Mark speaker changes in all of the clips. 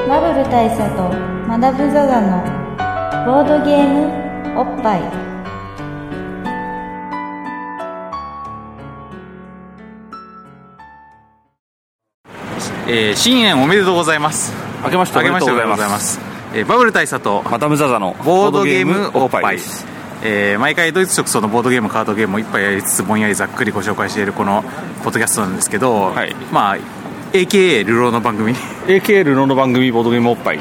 Speaker 1: 大佐とマダム・ザ・ザのボードゲームおっぱい
Speaker 2: えー、新年おめでとうございます
Speaker 3: 明けましてお
Speaker 2: あ
Speaker 3: め
Speaker 2: げ
Speaker 3: で
Speaker 2: まし
Speaker 3: と
Speaker 2: て
Speaker 3: う
Speaker 2: お
Speaker 3: ご
Speaker 2: め
Speaker 3: ざ
Speaker 2: でとご
Speaker 3: いうます
Speaker 2: ざいます、えーバブル大佐と
Speaker 3: マダム・ザ・ザの
Speaker 2: ボードゲームおっぱい
Speaker 3: で
Speaker 2: ですす、えー毎回ドイツ直送のボードゲームカードゲームを一杯やりつつぼんやりざっくりご紹介しているこのポッドキャストなんですけど、
Speaker 3: はい
Speaker 2: まあ AKA 流浪の番組
Speaker 3: AKL のの番組ボードゲームおっぱい、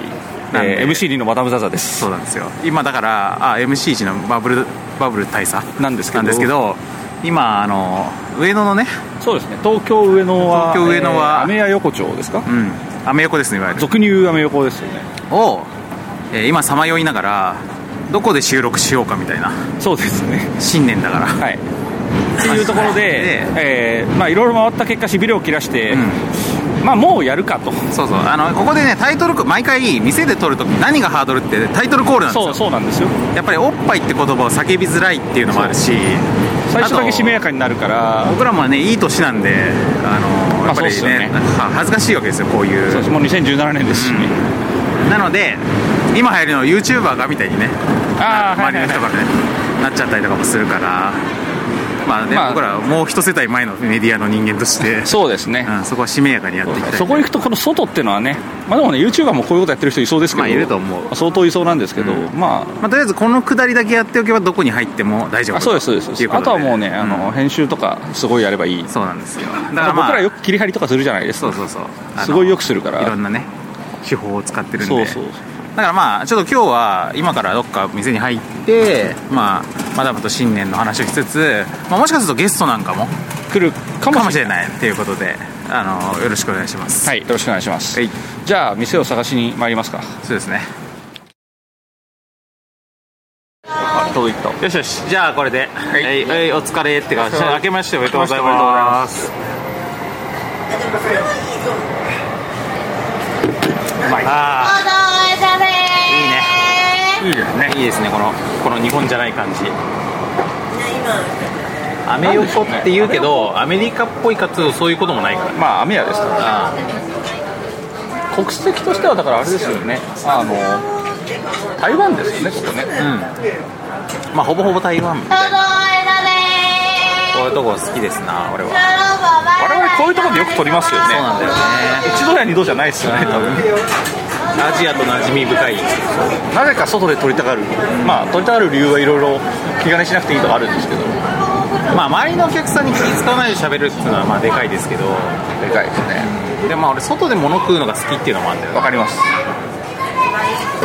Speaker 2: なんで
Speaker 3: えー MC2 のマダム・ザ・ザです
Speaker 2: そうなんですよ今だからあ MC1 のバブルバブル大佐
Speaker 3: なんですけ
Speaker 2: な
Speaker 3: ど
Speaker 2: んですけど今あの上野のね
Speaker 3: そうですね東京上野は
Speaker 2: 東京上野は
Speaker 3: えーアメヤ横丁ですか
Speaker 2: うんアメ横ですねいわゆる
Speaker 3: 俗に言うアメ横ですよね
Speaker 2: を、えー今さまよいながらどこで収録しようかみたいな
Speaker 3: そうですね
Speaker 2: 新年だから
Speaker 3: はいっていうところで、
Speaker 2: で
Speaker 3: えーまあいろいろ回った結果しびれを切らして、
Speaker 2: う
Speaker 3: まあもうやるかと
Speaker 2: そうそうあのここでねタイトルコ毎回店で撮るとき何がハードルってタイトルコールなんです
Speaker 3: そう
Speaker 2: よ
Speaker 3: そうなんですよ
Speaker 2: やっぱりおっぱいって言葉を叫びづらいっていうのもあるし
Speaker 3: 最初だけしめや
Speaker 2: か
Speaker 3: かになるから
Speaker 2: 僕らもねいい年なんであの
Speaker 3: まあ
Speaker 2: やっぱり
Speaker 3: そうっすよ
Speaker 2: ね,、
Speaker 3: ね
Speaker 2: 恥ずかしいわけですよこうい
Speaker 3: そうです
Speaker 2: う
Speaker 3: もう2017年ですし、ね
Speaker 2: なので今流行りの YouTuber がみたいにね
Speaker 3: ああはい
Speaker 2: 周り
Speaker 3: はい
Speaker 2: の
Speaker 3: はい
Speaker 2: 人がね、なっちゃったりとかもするからまあね、
Speaker 3: まあ
Speaker 2: 僕らはもう一世代前のメディアの人間として
Speaker 3: そうですね、
Speaker 2: うん、そこはしめやかにやっていきたい
Speaker 3: そこ行くとこの外ってのはねまあでもね YouTuber もこういうことやってる人いそうですけど
Speaker 2: まあいると思う
Speaker 3: 相当いそうなんですけど、
Speaker 2: うん
Speaker 3: ま
Speaker 2: まあ、とりあえずこの下りだけやっておけばどこに入っても大丈
Speaker 3: あ
Speaker 2: 夫
Speaker 3: あそうですそうです
Speaker 2: っていこ
Speaker 3: あとはもうね、
Speaker 2: で
Speaker 3: あの編集とかすごいやればいい、
Speaker 2: そうなんですよだか
Speaker 3: まあ
Speaker 2: ら、まあ、
Speaker 3: 僕らよく切り張りとかするじゃないです
Speaker 2: そ
Speaker 3: か
Speaker 2: うそうそうあの
Speaker 3: すごいよくするから
Speaker 2: いろんなね手法を使ってるんで
Speaker 3: そうそう
Speaker 2: だからまあちょっと今日は今からどっか店に入ってまあマダムと新年の話をしつつ、まあ、もしかするとゲストなんかも
Speaker 3: 来る
Speaker 2: か
Speaker 3: か
Speaker 2: も
Speaker 3: も
Speaker 2: し
Speaker 3: し
Speaker 2: れ
Speaker 3: れない
Speaker 2: ないっていうことであのよろしくお願いします
Speaker 3: はいよろしくお願いします、
Speaker 2: はい
Speaker 3: じゃあ店を探しに参りますか
Speaker 2: そうですね
Speaker 3: あ届いた
Speaker 2: よしよしじゃあこれではい、はいお疲れって感じで明けましておめでとうござい
Speaker 3: 明けましておめでとうござい
Speaker 2: ますああいいねいいですねいいですねこのこの日本じゃない感じアメ横って言うけどアメリカっぽいかつそういうこともないから
Speaker 3: まあ雨屋ですから
Speaker 2: あ
Speaker 3: 国籍としてはだからあれですよねあの台湾ですよねここね
Speaker 2: うんまあほぼほぼ台湾みたいなこういうとこ好きですな俺は
Speaker 3: 我々こういうところでよく撮りますよね
Speaker 2: そうなんだよね
Speaker 3: 一度や二度じゃないですよね多分
Speaker 2: アジアと馴染み深い
Speaker 3: なぜか外で撮りたがる、まあ撮りたがる理由はいろいろ気兼ねしなくていいとかあるんですけどで
Speaker 2: まあ周りのお客さんに気付かないで喋るっていうのはまあでかいですけど
Speaker 3: かいですね
Speaker 2: でもまあ俺外で物食うのが好きっていうのもあるんだよね
Speaker 3: わかりますそ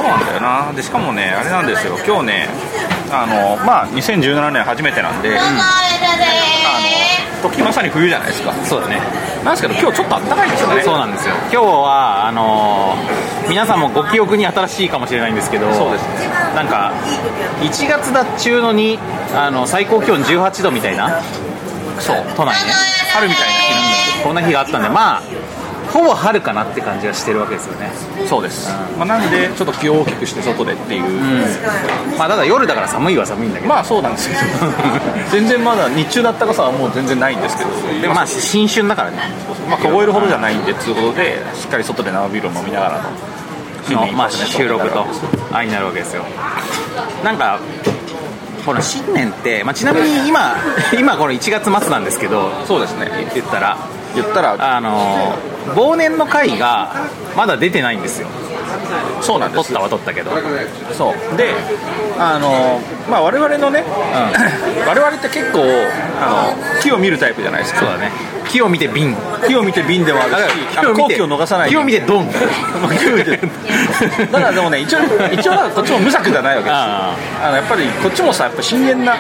Speaker 3: うなんだよなでしかもねあれなんですよ今日ねあのまあ2017年初めてなんで、あの時まさに冬じゃないですか
Speaker 2: そうだね
Speaker 3: なんですけど今日ちょっとあったかいですよね
Speaker 2: そうなんですよ今日はあのー皆さんもご記憶に新しいかもしれないんですけど
Speaker 3: そうです
Speaker 2: なんか1月だっちゅうのにあの最高気温18度みたいなそう都内ね
Speaker 3: 春みたいな日なんで
Speaker 2: こんな日があったんでまあほぼ春かなって感じがしてるわけですよね
Speaker 3: そうです、まあ、なんでちょっと気を大きくして外でっていう、
Speaker 2: まあただ夜だから寒いは寒いんだけど
Speaker 3: まあそうなんですけど 全然まだ日中だったかさはもう全然ないんですけど
Speaker 2: でもまあ新春だからね
Speaker 3: まあ、凍えるほどじゃないんで、ということで、しっかり外で生ビールを飲みながらの、
Speaker 2: の、まあ、収録と相になるわけですよなんかこの新年って、まあ、ちなみに今今この1月末なんですけど
Speaker 3: そうですね、
Speaker 2: 言ったら
Speaker 3: 言ったら、
Speaker 2: あの忘年の会がまだ出てないんですよ
Speaker 3: そうなんで
Speaker 2: 撮っ
Speaker 3: す
Speaker 2: たは撮ったけど
Speaker 3: そうで、あのまあ、我々のね、我々って結構あの、木を見るタイプじゃないですか、
Speaker 2: そうだね木を見て瓶
Speaker 3: 木を見て瓶でもあるし、あの好機を逃さない
Speaker 2: 木を見てドン
Speaker 3: 木を見て だからでもね、一応、一応はこっちも無策じゃないわけですよ。
Speaker 2: あ
Speaker 3: あのやっぱりこっちもさやっぱ真剣な考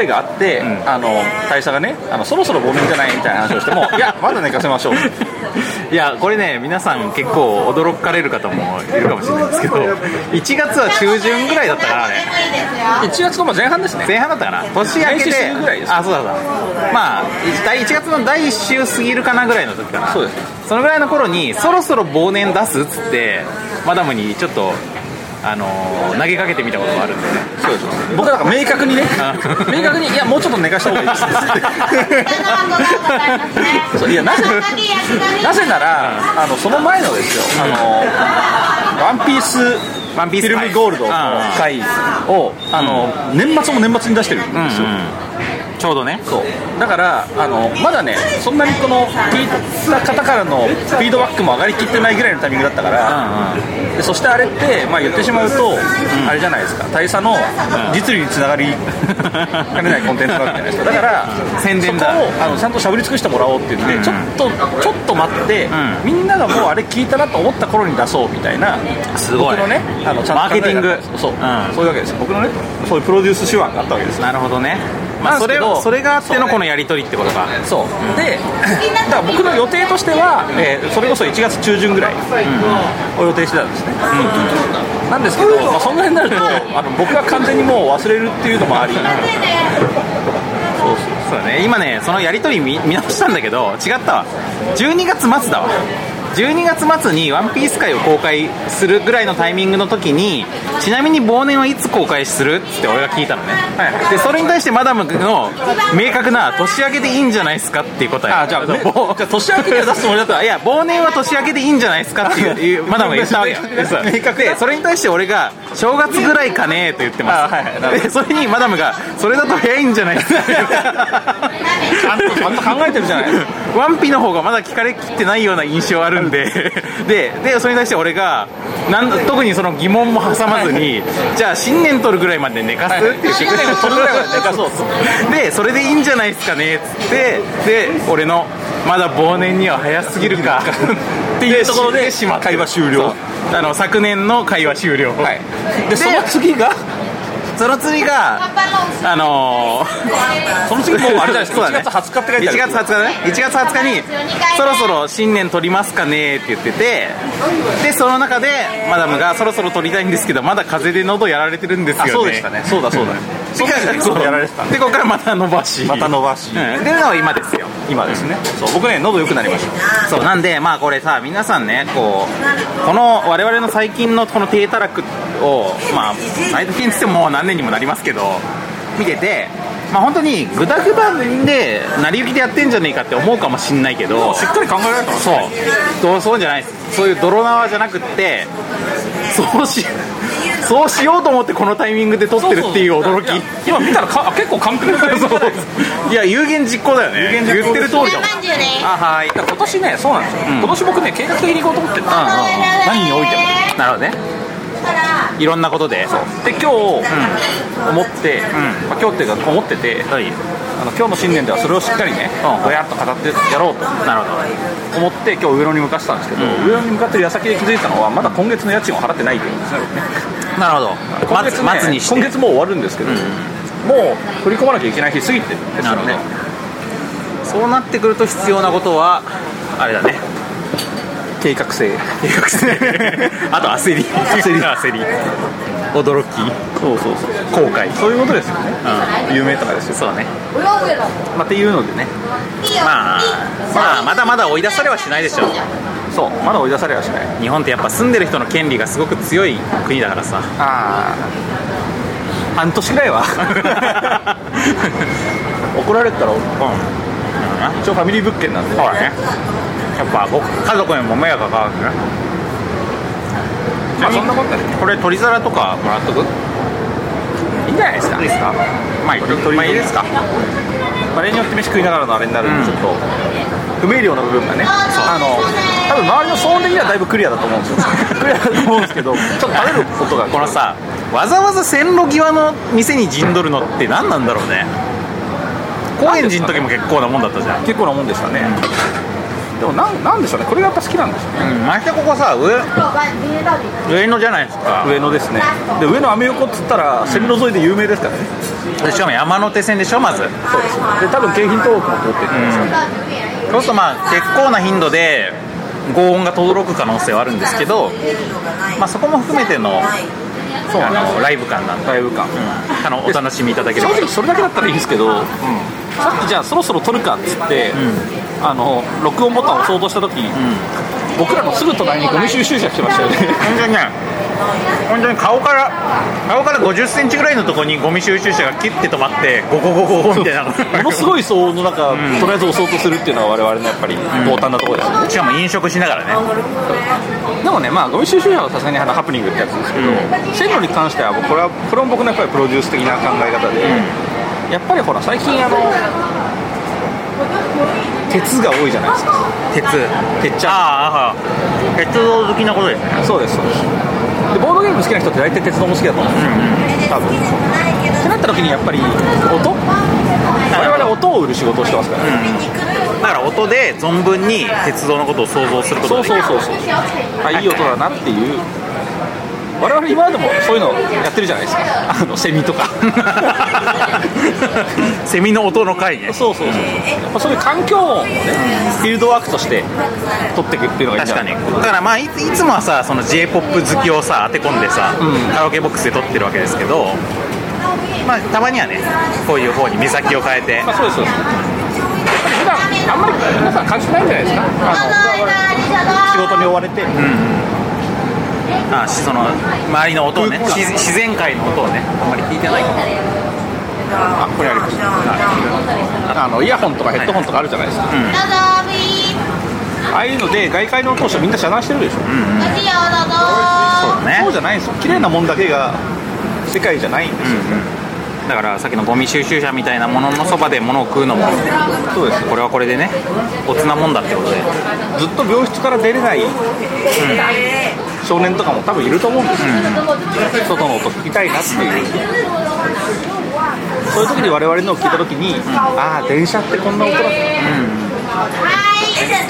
Speaker 3: えがあって、
Speaker 2: ん
Speaker 3: あの大佐がねあのそろそろ忘年じゃないみたいな話をしてもいやまだ寝かせま しょう
Speaker 2: あいやこれね皆さん結構驚かれる方もいるかもしれないんですけど1月は中旬ぐらいだったからね
Speaker 3: 1月の前半ですね
Speaker 2: 前半だったかな年明け
Speaker 3: 来
Speaker 2: で
Speaker 3: 週ぐらいです
Speaker 2: あそうだそうだまあ第1月の第1週過ぎるかなぐらいの時かな
Speaker 3: そうです
Speaker 2: そのぐらいの頃にそろそろ忘年出すっつってマダムにちょっとあのー投げかけてみたことがあるんでね
Speaker 3: そうでしょ僕はだから明確にね
Speaker 2: あ
Speaker 3: 明確にいやもうちょっと寝かした方がいいです そういやなぜなぜならあのその前のですよ「あのワンピース
Speaker 2: ワンピース
Speaker 3: フィルムゴールドの回をあの、年末も年末に出してるんですよ、
Speaker 2: ちょうどね
Speaker 3: そうだからあのまだねそんなにこの聞いた方からのフィードバックも上がりきってないぐらいのタイミングだったから、でそしてあれって、まあ、言ってしまうと、あれじゃないですか大佐の実利につながりかねないコンテンツなわけじゃないですかだから
Speaker 2: 宣伝だ
Speaker 3: そこをあのちゃんとしゃぶり尽くしてもらおうって言って、
Speaker 2: うん
Speaker 3: ちょっとちょっと待って、
Speaker 2: う
Speaker 3: みんながもうあれ聞いたなと思った頃に出そうみたいな
Speaker 2: すごい
Speaker 3: 僕のねあのちゃ
Speaker 2: マ
Speaker 3: んと考えが
Speaker 2: ーケティング
Speaker 3: そう、
Speaker 2: うん
Speaker 3: そういうわけですよ僕のねそういうプロデュース手腕があったわけですよ
Speaker 2: なるほどね、
Speaker 3: な
Speaker 2: まあ、そ
Speaker 3: んですけ
Speaker 2: れ
Speaker 3: ど
Speaker 2: それがあって
Speaker 3: そう
Speaker 2: の
Speaker 3: ね
Speaker 2: このやり取りってことか
Speaker 3: そうでだから僕の予定としては、えーそれこそ1月中旬ぐらいを予定してたんですね、なんですけど、まあ、そんぐらいになるとあの僕が完全にもう忘れるっていうのもありそうそう
Speaker 2: そうだね今ねそのやり取り見見直したんだけど違ったわ12月末だわ12月末に「ワンピース会を公開するぐらいのタイミングの時にちなみに忘年はいつ公開するって俺が聞いたのね、
Speaker 3: はい
Speaker 2: でそれに対してマダムの明確な年明けでいいんじゃないですかっていう答え
Speaker 3: あじゃあね
Speaker 2: ぼ
Speaker 3: じゃあ年明けには出すつもりだった
Speaker 2: いや忘年は年明けでいいんじゃないですかっていういうマダムが言ったわけよ
Speaker 3: 明確な
Speaker 2: でそうでそれに対して俺が正月ぐらいかねえと言ってま
Speaker 3: あはいはいな
Speaker 2: すでそれにマダムがそれだと早いんじゃないですか
Speaker 3: ちゃんとちゃんと考えてるじゃない
Speaker 2: ワンピの方がまだ聞かれきってないような印象あるんでででそれに対して俺がなん特にその疑問も挟まずにじゃあ新年取るぐらいまで寝かすっていう
Speaker 3: 新年を取るぐらいまで寝かそう
Speaker 2: でそれでいいんじゃないですかねっつってで俺のまだ忘年には早すぎるかっていうところでしまって
Speaker 3: 会話終
Speaker 2: そ
Speaker 3: 了
Speaker 2: うあの昨年の会話終了、
Speaker 3: はいでその次が
Speaker 2: その次があのー
Speaker 3: その次もうあれじゃないですか、
Speaker 2: そうだね
Speaker 3: 1月20日って書いてあ
Speaker 2: 1
Speaker 3: る
Speaker 2: 月20日だね1月20日にそろそろ新年撮りますかねって言っててでその中でマダムがそろそろ撮りたいんですけどまだ風邪で喉やられてるんですよ
Speaker 3: あ
Speaker 2: ね
Speaker 3: そうでしたねそうだそうだ
Speaker 2: で
Speaker 3: そうやられてた
Speaker 2: でここからまた伸ばし
Speaker 3: また伸ばし
Speaker 2: うんでのが今ですよ
Speaker 3: 今ですねそう僕ね喉良くなりました
Speaker 2: そうなんでまあこれさ皆さんねこうこの我々の最近のこの低たらくをまあ最近っつってももう何年にもなりますけど見ててまあ本当にグダグダで成り行きでやってんじゃねえかって思うかもしんないけど
Speaker 3: しっかり考えられたの
Speaker 2: そうどうそうじゃないですそういう泥縄じゃなくってそうしそうしようと思ってこのタイミングで撮ってるっていう驚き
Speaker 3: や今見たらかあ結構完璧な感じじゃないですか
Speaker 2: そういや有言実行だよね
Speaker 3: 有言実
Speaker 2: 言
Speaker 3: 行
Speaker 2: ってる通りだもんあはい
Speaker 3: だから今年ねそうなんですよ、今年僕ね計画的に行こうと思ってる、何においても
Speaker 2: なるほどねいろんなことで
Speaker 3: で今日、思って、まあ、今日っていうか思ってて、
Speaker 2: はい
Speaker 3: あの今日の新年ではそれをしっかりね
Speaker 2: うん
Speaker 3: ぼやっと語ってやろうと
Speaker 2: なるほど
Speaker 3: 思って今日上野に向かってたんですけど、上野に向かってる矢先で気づいたのはまだ今月の家賃を払ってないっていうことですね僕ね
Speaker 2: なるほど
Speaker 3: 今月,、
Speaker 2: 松松にして
Speaker 3: 今月もう終わるんですけど、もう振り込まなきゃいけない日過ぎてるんですよ
Speaker 2: な
Speaker 3: ね
Speaker 2: るそうなってくると必要なことはあれだね
Speaker 3: 計画性
Speaker 2: あと焦り焦り焦 り驚き
Speaker 3: そうそうそう
Speaker 2: 後悔
Speaker 3: そういうことですよね、夢とかですよ、
Speaker 2: そうね
Speaker 3: まあ、っていうのでね
Speaker 2: まあまあまだまだ追い出されはしないでしょ
Speaker 3: そうまだ追い出されはしない
Speaker 2: 日本ってやっぱ住んでる人の権利がすごく強い国だからさ
Speaker 3: ああ半年 ぐらいは怒られたら、一応ファミリー物件なんで
Speaker 2: ほらねやっぱ僕家族にも迷惑がかかるからね
Speaker 3: まあそんなことない
Speaker 2: これ取り皿とかもらっとく
Speaker 3: いいんじゃないですか
Speaker 2: いいですかまあいいまあいいですか
Speaker 3: まあ例によって飯食いながらのあれになるんで、
Speaker 2: うん
Speaker 3: ちょっと不明瞭な部分がねあの多分周りの騒音的にはだいぶクリアだと思うん ですよクリアだと思うんですけどちょっと食べることが
Speaker 2: このさわざわざ線路際の店に陣取るのって何なんだろうね高円寺の時も結構なもんだったじゃん
Speaker 3: 結構なもんでしたね、でもなんなんでしょうねこれがやっぱ好きなんでしょうね
Speaker 2: うん、毎回ここさ上上野じゃないですか
Speaker 3: 上野ですねで上野アメ横っつったら線路沿いで有名ですからね
Speaker 2: でしかも山手線でしょまず
Speaker 3: そうですで多分京浜東北も通ってるんですよね、
Speaker 2: そうするとまあ結構な頻度で轟音が轟く可能性はあるんですけど、まあ、そこも含めての
Speaker 3: そう
Speaker 2: あ
Speaker 3: なの
Speaker 2: のライブ感なんで、
Speaker 3: ライブ感、
Speaker 2: あのお楽しみいただけれ
Speaker 3: 正
Speaker 2: ば
Speaker 3: 直それだけだったらいいんですけど、さっきじゃあそろそろ撮るかっつって、あの録音ボタンを押そうとした時、僕らのすぐ隣にゴミ収集車来てましたよね
Speaker 2: 全然ね本当に顔から顔から50センチぐらいのところにゴミ収集車が切って止まってゴゴゴゴゴみたいな
Speaker 3: ものすごい騒音の中、とりあえず襲おうとするっていうのは我々のやっぱり冒涜なところですよ ね、
Speaker 2: しかも飲食しながらね
Speaker 3: でもねまあゴミ収集車はさすがにあのハプニングってやつですけど、線路に関してはもうこれはこれも僕のやっぱりプロデュース的な考え方で、やっぱりほら最近あの鉄が多いじゃないですか
Speaker 2: 鉄
Speaker 3: 鉄ちゃん
Speaker 2: あああ鉄道好きなことですね
Speaker 3: そうですそうですでボードゲーム好きな人って大体鉄道も好きだと思うんですよ、多分ってなった時にやっぱり音我々音を売る仕事をしてますから、ね
Speaker 2: だから音で存分に鉄道のことを想像すること
Speaker 3: そ
Speaker 2: が
Speaker 3: う
Speaker 2: でき
Speaker 3: そう
Speaker 2: る
Speaker 3: そうそうあいい音だなっていう我々今までもそういうのやってるじゃないですかあのセミと か
Speaker 2: セミの音の回ね
Speaker 3: そうそうそうやっぱそういう環境音をねフィールドワークとして取っていくっていうのがいいんじ
Speaker 2: 確
Speaker 3: ゃな
Speaker 2: か
Speaker 3: い
Speaker 2: にだからまあいいつもはさその j p o p 好きをさ当て込んでさ、カラオケボックスで撮ってるわけですけどまあたまにはねこういう方に目先を変えて
Speaker 3: まあそうですそうです普段あんまり皆さん感じてないんじゃないですかあの仕事に追われて、
Speaker 2: あしその周りの音をね
Speaker 3: 空気
Speaker 2: し自然界の音をねあんまり聞いてないから
Speaker 3: あこれありますあのイヤホンとかヘッドホンとかあるじゃないですか、ああいうので外界の音をしてみんな遮断してるでしょ、
Speaker 2: そうだ
Speaker 3: そう
Speaker 2: ね
Speaker 3: じゃないんですよ綺麗なもんだけが世界じゃないんですよ、
Speaker 2: だからさっきのゴミ収集車みたいなもののそばで物を食うのも
Speaker 3: そうです
Speaker 2: これはこれでねおつなもんだってことで
Speaker 3: ずっと病室から出れない、少年とかも多分いると思うんですよ、外の音聞きたいなっていうそういう時に我々のを聞いた時に、ああ電車ってこんな音だった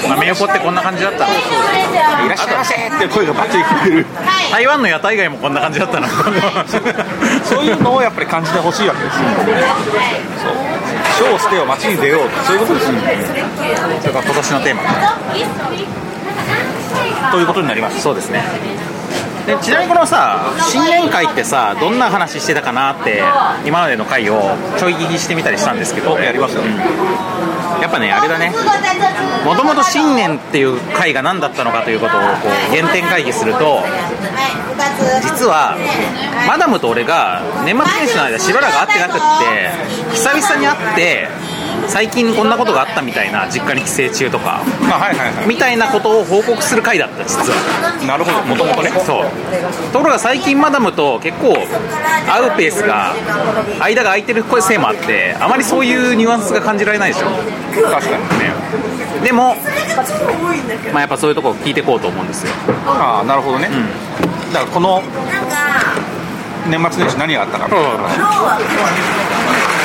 Speaker 2: まあメヨポってこんな感じだったの
Speaker 3: いらっしゃいませっていう声がバッチリ聞こえる
Speaker 2: 台湾の屋台街もこんな感じだ ったの
Speaker 3: そういうのをやっぱり感じてほしいわけですよそう書を捨てよ街に出ようそういうことですよ
Speaker 2: それが今年のテーマ
Speaker 3: ということになります
Speaker 2: そうですねでちなみにこのさ新年会ってさどんな話してたかなって今までの回をちょい聞きしてみたりしたんですけど
Speaker 3: おやりましたね
Speaker 2: うんやっぱねあれだねもともと新年っていう会が何だったのかということをこう原点会議すると実はマダムと俺が年末年始の間しばらく会ってなくって久々に会って最近こんなことがあったみたいな実家に帰省中とか
Speaker 3: まあはいはいは
Speaker 2: みたいなことを報告する会だった実はい
Speaker 3: なるほど
Speaker 2: もともとねそうところが最近マダムと結構会うペースが間が空いてるせいもあってあまりそういうニュアンスが感じられないでしょ
Speaker 3: 確かに
Speaker 2: ねでも、まあ、やっぱそういうところ聞いていこうと思うんですよ
Speaker 3: ああなるほどね、だからこの年末年始何があったかみたいな話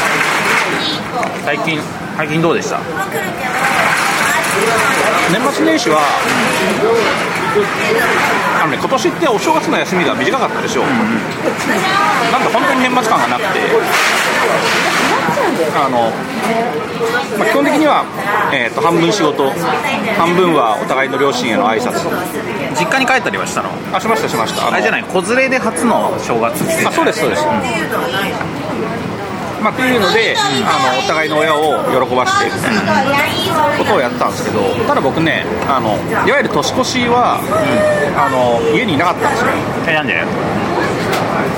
Speaker 2: 最近最近どうでした
Speaker 3: 年末年始は、あのね、今年ってお正月の休みが短かったでしょ、なんか本当に年末感がなくて、あのまあ、基本的には、えーと半分仕事、半分はお互いの両親への挨拶
Speaker 2: 実家に帰ったりはしたの
Speaker 3: あしました、しました、
Speaker 2: あれじゃないい子連れで初の正月って
Speaker 3: あそうです、そうです。まあ、というので、あのお互いの親を喜ばして、ことをやったんですけど、ただ僕ね、あのいわゆる年越しは、あの家にいなかったんですよ。
Speaker 2: えなんで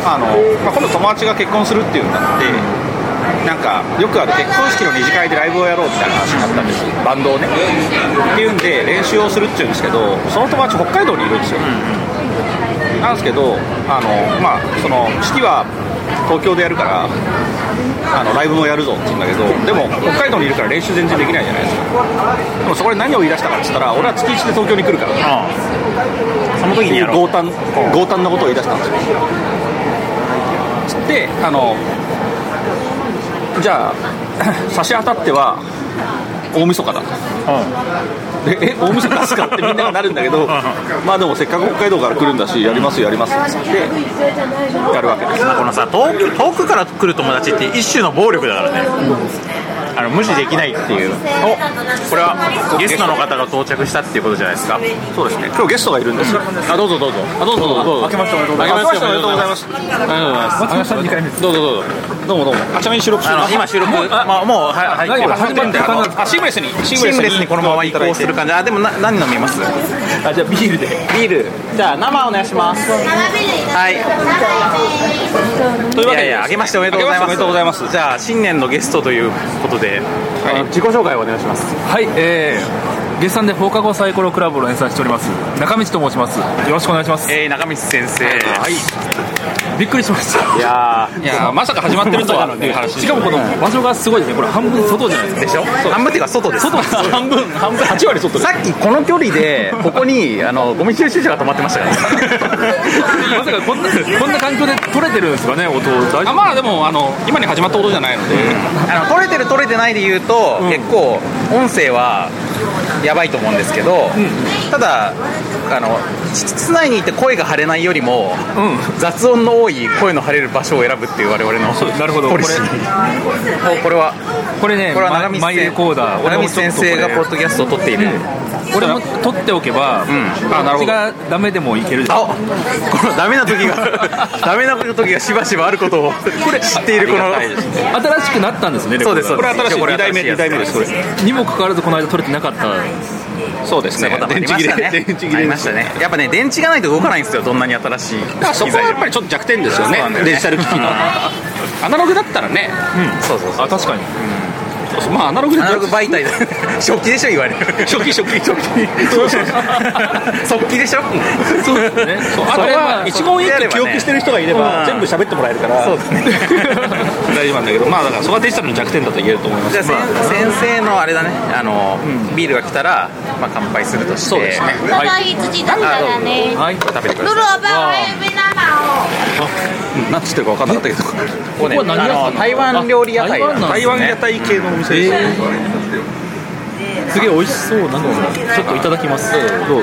Speaker 3: あの、まあ、今度友達が結婚するっていうんだってなんかよくある結婚式の二次会でライブをやろうみたいな話になったんですバンドをねっていうんで練習をするっていうんですけどその友達北海道にいるんですよ、なんですけどあのまあその式は東京でやるからあのライブもやるぞって言うんだけどでも北海道にいるから練習全然できないじゃないですかでもそこで何を言い出したかっつったら俺は月1で東京に来るから
Speaker 2: ああその時にやろ
Speaker 3: 強
Speaker 2: う
Speaker 3: 端強端なことを言い出したんですよつってあのじゃあ 差し当たっては大晦日だとでえ大晦日ですかってみんながなるんだけ どまあでもせっかく北海道から来るんだしやりますよやりますよっつってやるわけです
Speaker 2: まあこのさ遠く遠くから来る友達って一種の暴力だからねあの無視できないっていうおこれはゲストの方が到着したっていうことじゃないですか
Speaker 3: そうですね今日ゲストがいるんです、
Speaker 2: あどうぞどうぞあどうぞどうぞ
Speaker 3: 明けましておめでとうございます
Speaker 2: 明けましておめでとうございますありがとうございますどうぞどうぞ
Speaker 3: どうもどうもあちなみに収録して
Speaker 2: あの今収録まあもうははい
Speaker 3: ないよ
Speaker 2: もう始まってあの
Speaker 3: あシームレスにシ
Speaker 2: シームレスにこのまま移行する感じあでもな何飲みます
Speaker 3: あじゃあビールで
Speaker 2: ビールじゃあ生お願いしますはい
Speaker 3: というわ
Speaker 2: いや
Speaker 3: けで
Speaker 2: いやあけましておめでとうございます
Speaker 3: 明けましておめでとうございます
Speaker 2: じゃあ新年のゲストということで、あの自己紹介をお願いします
Speaker 4: はい、えー、月産で放課後サイコロクラブを連載しております中道と申しますよろしくお願いします
Speaker 2: えー、中道先生、
Speaker 4: はいびっくりしました
Speaker 2: い、や
Speaker 3: いやまさか始まってる とはっていう話
Speaker 4: しかもこの場所がすごいですねこれ半分外じゃないです
Speaker 2: ー
Speaker 4: か
Speaker 2: でしょ半分っていうか外です
Speaker 3: 外半分半分8割外です
Speaker 2: さっきこの距離でここ にあのゴミ収集車が止まってましたから、ね、
Speaker 4: まさかこんなこんな環境で撮れてるんですかね音大丈
Speaker 3: あまあでもあの今に始まったことじゃないので、
Speaker 2: あの撮れてる撮れてないで言うと、結構音声はやばいと思うんですけど、ただあの室内にいて声が張れないよりも、雑音の多い声の張れる場所を選ぶっていう我々の
Speaker 4: なるほど
Speaker 2: ポリシーおこれは
Speaker 4: 夫これね
Speaker 2: これは
Speaker 4: マ
Speaker 2: 長
Speaker 4: イ
Speaker 2: 見
Speaker 4: マイレコーダー
Speaker 2: 先生が
Speaker 4: 俺
Speaker 2: ポ
Speaker 4: も
Speaker 2: ッドキャストを撮っている、
Speaker 4: ちょっとこれ俺も撮っておけば、
Speaker 3: あなる
Speaker 4: こ
Speaker 3: ほ
Speaker 4: っち
Speaker 3: ど
Speaker 4: がダメでもいける
Speaker 2: あこのダメな時が ダメな時がしばしばあることを知っているこの
Speaker 4: 新しくなったんですねレコ
Speaker 2: そう
Speaker 4: ーダ
Speaker 2: で
Speaker 4: ー
Speaker 2: すそうです
Speaker 3: これ新しい2代目2代目ですこれ
Speaker 4: にもかかわらずこの間撮れてなかった
Speaker 3: そうです
Speaker 2: そういうこともありましたねありましたねやっぱね電池がないと動かないんですよどんなに新しい
Speaker 3: そ
Speaker 2: 機
Speaker 3: こは
Speaker 2: 材
Speaker 3: や
Speaker 2: で
Speaker 3: っ
Speaker 2: も
Speaker 3: ぱりちょっと弱点ですよね
Speaker 2: そうなんだよね
Speaker 3: デジタル機器のアナログだったらね
Speaker 2: そうそうそう
Speaker 4: あ確かに
Speaker 3: まあアナログで
Speaker 2: アナログ媒体で食器でしょ言われる
Speaker 3: 初期初期初期
Speaker 2: そうそう速記でしょ
Speaker 4: そうですね
Speaker 3: そうあ
Speaker 4: そ
Speaker 3: と
Speaker 4: れ
Speaker 3: は
Speaker 4: は
Speaker 3: 一言一
Speaker 2: そうやれ
Speaker 3: 句
Speaker 2: ばね
Speaker 3: 記憶してる人がいれば、
Speaker 2: うん
Speaker 3: 全部喋ってもらえるから
Speaker 2: そうですね
Speaker 3: 大丈夫なんだけどまあだからそこはデジタルの弱点だと言えると思いま
Speaker 2: じゃ
Speaker 3: す
Speaker 2: あせん先生のあれだねあのビールが来たらまあ乾杯するとして
Speaker 3: そうですね
Speaker 5: 喝到一支大
Speaker 2: あどう
Speaker 5: 的
Speaker 2: ぞ
Speaker 5: 呢。
Speaker 4: はい
Speaker 2: 食べてくだ
Speaker 5: 露
Speaker 2: さい
Speaker 5: 露爸爸也没拿到。
Speaker 3: 何つってるか分かんなかったけど
Speaker 2: ここね
Speaker 4: ここは何屋さん
Speaker 2: あの台湾料理屋台
Speaker 4: あ台湾なんだ
Speaker 3: 台湾屋台系のお店ですね、
Speaker 4: すげえ美味しそうなのをちょっといただきますどう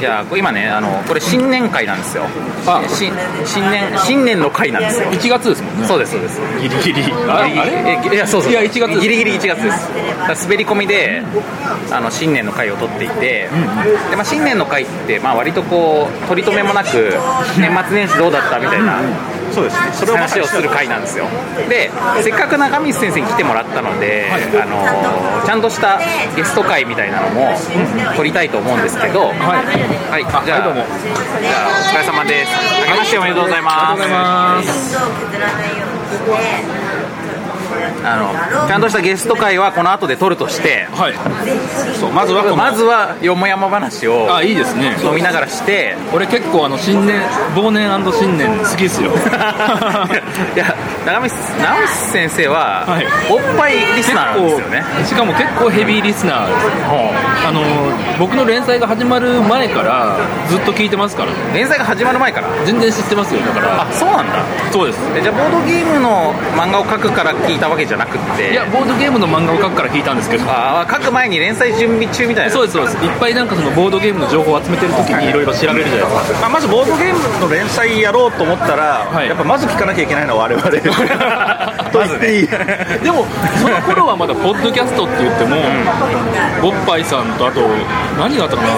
Speaker 2: いや今ねあのこれ新年会なんですよ
Speaker 4: あ
Speaker 2: 新新年新年の会なんですよ
Speaker 4: 1月ですもんね
Speaker 2: そうですそうです
Speaker 4: ギリギリ
Speaker 2: あ
Speaker 4: あれあれ
Speaker 2: いやそうそう
Speaker 4: いや1月
Speaker 2: ギリギリ1月ですだから滑り込みであの新年の会を取っていて、でまあ、新年の会って、まあ、割とこう取り留めもなく年末年始どうだったみたいな
Speaker 3: そうですねそれをまさ
Speaker 2: 話
Speaker 3: に
Speaker 2: をする会なんですよでせっかく中道先生に来てもらったので、あのーちゃんとしたゲスト会みたいなのも取りたいと思うんですけどはい、じゃあ,、じゃあお疲れ様ですあけましておめでとうございますあのちゃんとしたゲスト会はこの後で撮るとして
Speaker 4: はい
Speaker 3: そうまずはこの
Speaker 2: まずはよもやま話を
Speaker 4: あいいですね
Speaker 2: 飲みながら して
Speaker 4: 俺結構あの新年忘年新年好きですよ
Speaker 2: いや長見長見先生は、
Speaker 4: はい
Speaker 2: おっぱいリスナーなんですよね
Speaker 4: しかも結構ヘビーリスナーですあの僕の連載が始まる前からずっと聞いてますからね
Speaker 2: 連載が始まる前から
Speaker 4: 全然知ってますよだから
Speaker 2: あそうなんだ
Speaker 4: そうです
Speaker 2: えじゃあボードゲームの漫画を描くから聞いたわけじゃなくって
Speaker 4: いやボードゲームの漫画を描くから聞いたんですけど
Speaker 2: あー描く前に連載準備中みたいな
Speaker 4: そうですそうですいっぱいなんかそのボードゲームの情報を集めてる時にいろいろ調べるじゃない ですか
Speaker 3: まあ、まずボードゲームの連載やろうと思ったら、
Speaker 4: はい
Speaker 3: やっぱまず聞かなきゃいけないのは 我々と言っていいで
Speaker 4: でもその頃はまだポッドキャストって言っても、ボッパイさんとあと何があったかな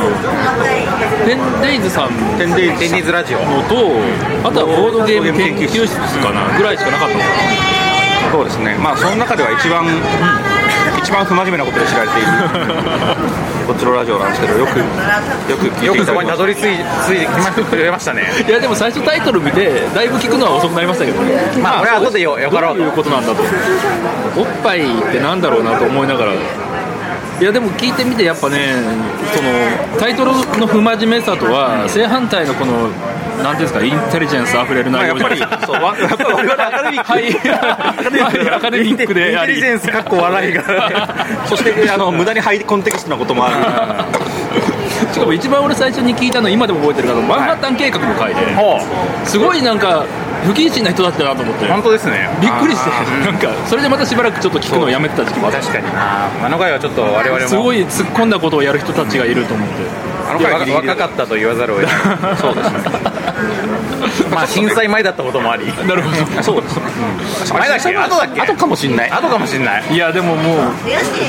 Speaker 4: テンデイズさんの
Speaker 3: ンデイ
Speaker 2: テニズラジオ
Speaker 4: とあとはボードゲーム研究室かなぐらいしかなかったのかな
Speaker 3: そうですねまあその中では一番、一番不真面目なことで知られ ているこっちのラジオなんですけどよくよく聞い
Speaker 2: よ
Speaker 3: て
Speaker 2: く
Speaker 3: いた
Speaker 2: そ
Speaker 3: だ
Speaker 2: こ
Speaker 3: き
Speaker 2: にた
Speaker 3: ます
Speaker 2: どり着いついてきましてくれましたね
Speaker 4: いやでも最初タイトル見てだいぶ聞くのは遅くなりましたけどね
Speaker 2: まあ俺は後でよよかろう
Speaker 4: どういうことなんだとおっぱいってなんだろうなと思いながらいやでも聞いてみてやっぱねそのタイトルの不真面目さとは正反対のこのなんていうんですかインテリジェンスあふれる内容じゃないですか
Speaker 3: そうわやっぱり我々アカデミック
Speaker 4: はいアカデミック
Speaker 2: イ
Speaker 4: であ
Speaker 2: ンテリ
Speaker 4: り
Speaker 2: ジェンスかっこ笑いが
Speaker 3: そして あの無駄にハイコンテクストなこともある
Speaker 4: しかも一番俺最初に聞いたの今でも覚えてるけどマンハッタン計画の回で
Speaker 2: ほ
Speaker 4: すごいなんか不謹慎な人だったなと思って
Speaker 2: う本当ですね
Speaker 4: びっくりしてなんかそれでまたしばらくちょっと聞くのをやめてた時期もあった
Speaker 2: 確かになあの回はちょっと我々も
Speaker 4: すごい突っ込んだことをやる人たちがいると思って
Speaker 2: あの
Speaker 3: いや
Speaker 2: 回
Speaker 3: ギリギリ
Speaker 2: 若かったと言わざるを得ないそうですねまあ震災前だったこともあり
Speaker 4: なるほどそうです
Speaker 2: 前だっけ後だっけ
Speaker 4: 後 かもしんない
Speaker 2: 後かもしんない
Speaker 4: いやでももう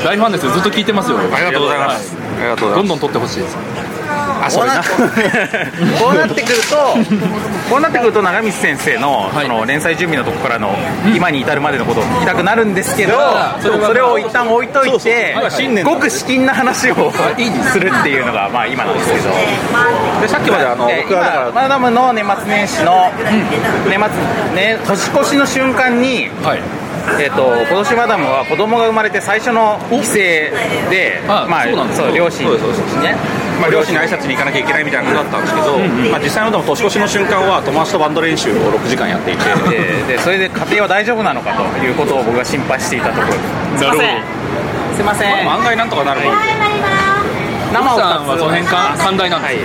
Speaker 4: 大ファンですよずっと聞いてますよあ
Speaker 3: あり
Speaker 4: り
Speaker 3: がとうございますありがとうござ
Speaker 4: ど
Speaker 3: い
Speaker 4: ん
Speaker 3: ます
Speaker 4: どん撮ってほしいです
Speaker 2: あそれなこうなってくるとこうなってくると長光先生の
Speaker 4: はい
Speaker 2: その連載準備のとこからの今に至るまでのことを聞きたくなるんですけど
Speaker 4: うん
Speaker 2: それそれを一旦置いといて
Speaker 3: そうそう新年だ
Speaker 2: ごく至近な話を
Speaker 4: いいです
Speaker 2: するっていうのがまあ今なんですけど
Speaker 3: でさっきまであの
Speaker 2: で
Speaker 3: 僕はだ
Speaker 2: 今
Speaker 3: から
Speaker 2: マダムの年末年始の年末ね年越しの瞬間に
Speaker 4: はい
Speaker 2: えっと今年マダムは子供が生まれて最初の帰省で
Speaker 4: あ
Speaker 2: まあ
Speaker 4: そうなんですね
Speaker 2: そう両親
Speaker 3: そうですそうです
Speaker 2: ね
Speaker 3: まあ、両親に挨拶に行かなきゃいけないみたいなことだったんですけど、まあ、実際のでも年越しの瞬間は友達とバンド練習を6時間やっていて
Speaker 2: ででそれで家庭は大丈夫なのかということを僕が心配していたところすいませんすいません
Speaker 3: 案外なんとかなるもんで
Speaker 2: 生を
Speaker 4: 奥さん
Speaker 2: 2
Speaker 4: は
Speaker 2: つ
Speaker 4: その辺か寛大なんです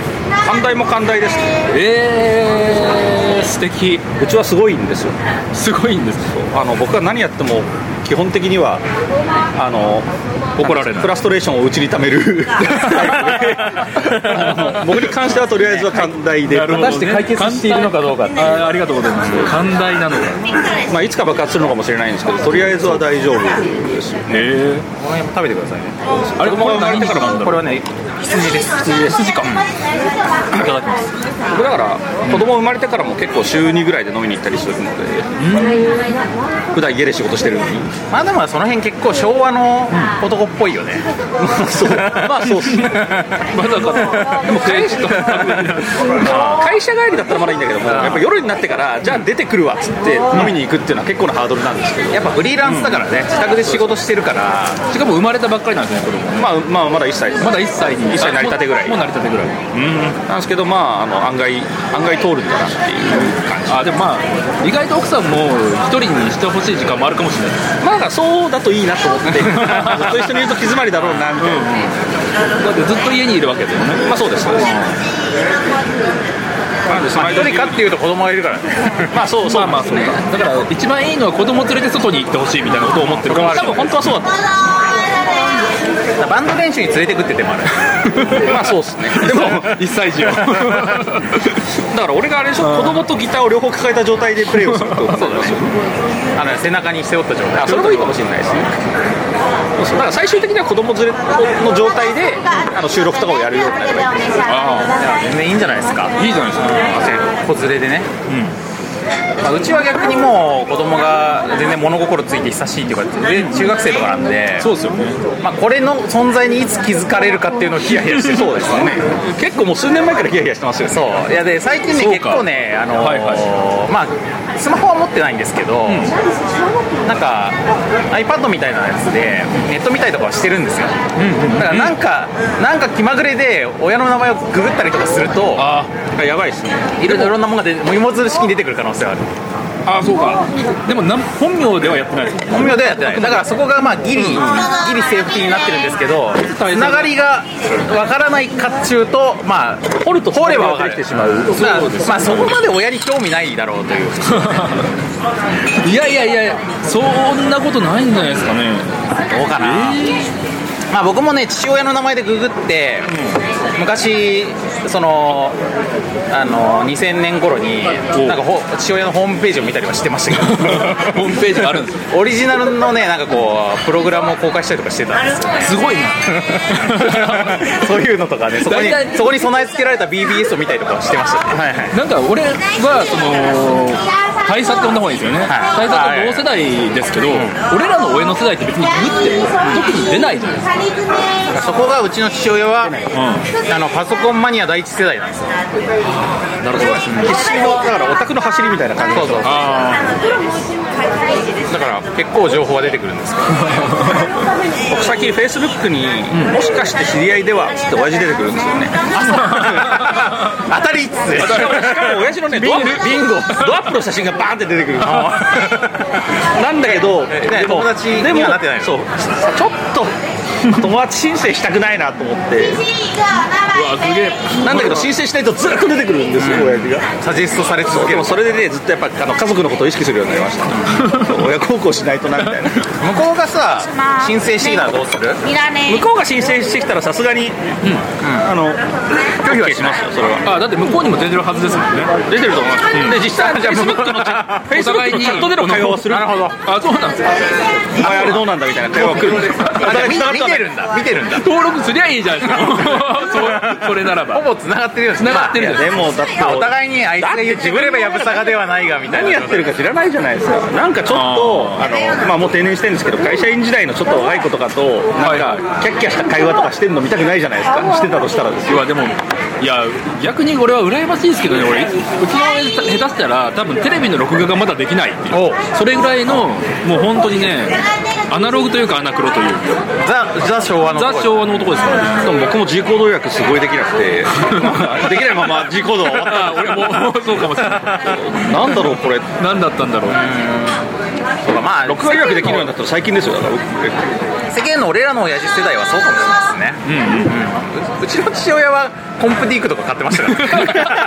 Speaker 3: 寛大も寛大です
Speaker 4: えー、素敵
Speaker 3: うちはすごいんですよ
Speaker 4: すごいんです
Speaker 3: あの僕が何やっても基本的にはあの
Speaker 4: 怒られない
Speaker 3: フラストレーションをうちに溜め るあの僕に関してはとりあえずは寛大で、
Speaker 4: 果たして解決しているのかどうかあありがとうございます寛大なのか
Speaker 3: まあ、いつか爆発するのかもしれないんですけどとりあえずは大丈夫です
Speaker 4: え
Speaker 2: この辺も食べてくださいね
Speaker 4: ー、あれこれ何日からなんだ
Speaker 2: これ
Speaker 4: ろう
Speaker 2: は ね羊です
Speaker 5: 羊です羊か
Speaker 4: いただきます
Speaker 3: 僕だから子供生まれてからも結構週2ぐらいで飲みに行ったりするので普段家で仕事してるのに
Speaker 2: まあでもその辺結構昭和の男っぽいよね、
Speaker 3: そうまあそうっすね
Speaker 4: まだかでも返しと
Speaker 3: 会社帰りだったらまだいいんだけどもやっぱ夜になってからじゃあ出てくるわっつって飲みに行くっていうのは結構なハードルなんですけど
Speaker 2: やっぱフリーランスだからね自宅で仕事してるから
Speaker 4: しかも生まれたばっかりなんですね子供ね
Speaker 3: まあまあまだ1歳です
Speaker 4: まだ1歳に
Speaker 3: 一歳になりたてぐらい
Speaker 4: もう成りたてぐらい
Speaker 3: なんですけどまああの案外案外通るんだなっていう感じ
Speaker 4: あでもまあ意外と奥さんも一人にしてほしい時間もあるかもしれないです
Speaker 3: まあだからそうだといいなと思ってず っと一緒にいると気詰まりだろうなみたいな、
Speaker 4: だってずっと家にいるわけだよね
Speaker 3: まあそうですそうですなんでその
Speaker 2: まあ一
Speaker 3: 間に
Speaker 2: 人かっていうと子供がいるからね
Speaker 3: まあそうそう
Speaker 4: まあまあそう
Speaker 3: ですね
Speaker 4: だから一番いいのは子供連れて外に行ってほしいみたいなことを思ってるかもしれ
Speaker 3: 多
Speaker 4: な
Speaker 3: 分
Speaker 4: い
Speaker 3: 本当はそうだっ
Speaker 2: バンド練習に連れてくって手もある
Speaker 3: たまあそうですねでも
Speaker 4: 1歳児を
Speaker 3: だから俺があれでしょ子供とギターを両方抱えた状態でプレイをするってことそうだね
Speaker 2: あの背中に背負った状態
Speaker 3: あそれもいいかもしれないですねそうだから最終的には子供連れの状態であの収録とかをやるようになればいい
Speaker 2: いや全然いいんじゃないですか
Speaker 4: いいじゃないですか
Speaker 2: 子連れでね、うまあ、うちは逆にもう子供が全然物心ついて久しいっていうかで中学生とかなんで
Speaker 4: そうですよね
Speaker 2: まあ、これの存在にいつ気づかれるかっていうのをヒヤヒヤしてるそうですね
Speaker 3: 結構もう数年前からヒヤヒヤしてますよね
Speaker 2: そういやで最近ね
Speaker 4: そう
Speaker 2: 結
Speaker 4: か
Speaker 2: 構ねあのー
Speaker 4: はいは
Speaker 2: まあスマホは持ってないんですけど、なんか iPad みたいなやつでネット見たりとかはしてるんですよ、だからなんか、なんか気まぐれで親の名前をググったりとかすると
Speaker 4: あ
Speaker 3: やばいですね
Speaker 2: いろいろいろんなものが出て芋づる式に出てくる可能性はある
Speaker 4: あそうかでもなん本名ではやってないですもんね
Speaker 2: 本名ではやってないだからそこがまあギリ、ギリセーフティーになってるんですけどつながりがわからないかっちゅうとまあ掘ると掘ればわかる
Speaker 3: てきてしまう
Speaker 2: だからまあそこまで親に興味ないだろうという
Speaker 4: いやいやいやいやそんなことないんじゃないですかね
Speaker 2: どうかな、まあ、僕もね父親の名前でググって、昔そのあの2000年頃に
Speaker 4: お
Speaker 2: なんかほ父親のホームページを見たりはしてましたけ
Speaker 4: ホ ームページがあるんですよ
Speaker 2: どオリジナルのねなんかこうプログラムを公開したりとかしてたんですよ
Speaker 4: すごいな
Speaker 2: そういうのとかねそこに
Speaker 4: 大体
Speaker 2: そこに備え付けられた BBS を見たりとかしてましたね、はいはい
Speaker 4: なんか俺はその大佐って呼んだ方がいいですよね、
Speaker 2: はい
Speaker 4: 大佐って同世代ですけど、俺らの親の世代って別にグって特に出ないじゃないですか
Speaker 2: そこがうちの父親は、あのパソコンマニア第一世代なんですよ
Speaker 4: なるほどですね
Speaker 3: 必死のだからオタクの走りみたいな感じ
Speaker 2: そうそうだから結構情報は出てくるんですけど
Speaker 3: 僕最近フェイスブックに、もしかして知り合いではっつって親父出てくるんですよね
Speaker 2: 当たりっつって
Speaker 3: しかもしかも親父のねドアップドアップの写真がバーンって出てくるなんだけど、でも
Speaker 2: 友達には
Speaker 3: でも
Speaker 2: なってないの
Speaker 3: そうちょっと友達申請したくないなと思って
Speaker 4: あすげえ
Speaker 3: なんだけど申請しないとずっと出てくるんですよ、親父が
Speaker 2: サジェストされ続け
Speaker 3: で
Speaker 2: る
Speaker 3: もそれでねずっとやっぱあの家族のことを意識するようになりました 親孝行しないとなみたいな
Speaker 2: 向こうがさ申請してきたらどうする
Speaker 5: いらねえ
Speaker 3: 向こうが申請してきたらさすがに、あの拒否はしますよそれは
Speaker 4: あだって向こうにも出てるはずですもんね
Speaker 3: 出てると思います、で実際じゃあ Facebook のチャ Facebook のチャットでの会話をする
Speaker 2: なるほど
Speaker 4: あそうなんですか
Speaker 3: お前あれどうなんだみたいな会話が来る
Speaker 2: あじゃあ見見てるんだ見てるんだ
Speaker 4: 登録すりゃいいじゃないで すかそうそれならば
Speaker 2: ほぼ繋がってるよ
Speaker 4: 繋がってる
Speaker 2: まあいやでもだってお互いにあいつが言ってくればやぶさかではないがみたいな
Speaker 3: 何やってるか知らないじゃないですかなんかちょっとあの、まあ、もう定年してるんですけど会社員時代のちょっと若い子とかとなんかキャッキャした会話とかしてるの見たくないじゃないですかしてたとしたらです
Speaker 4: い
Speaker 3: よ
Speaker 4: やでもいや逆に俺は羨ましいですけどね俺うちの親父下手したら多分テレビの録画がまだできないっていうそれぐらいのもう本当にねアナログというかアナクロという
Speaker 2: ザザ昭和の
Speaker 4: ザ
Speaker 2: とこ
Speaker 4: 昭和の男ですからね
Speaker 3: でも僕も G 行動予約すごいできなく てできないまま G 行動終わった
Speaker 4: あ俺もそうかもしれない
Speaker 3: なんだろうこれ
Speaker 4: 何だったんだろう
Speaker 2: そうかまあ
Speaker 3: 録画予約できるようになったら最近ですよだから
Speaker 2: 世間の俺らの親父世代はそうかもしれないですねうん、うちの父親はコンプディークとか買ってましたから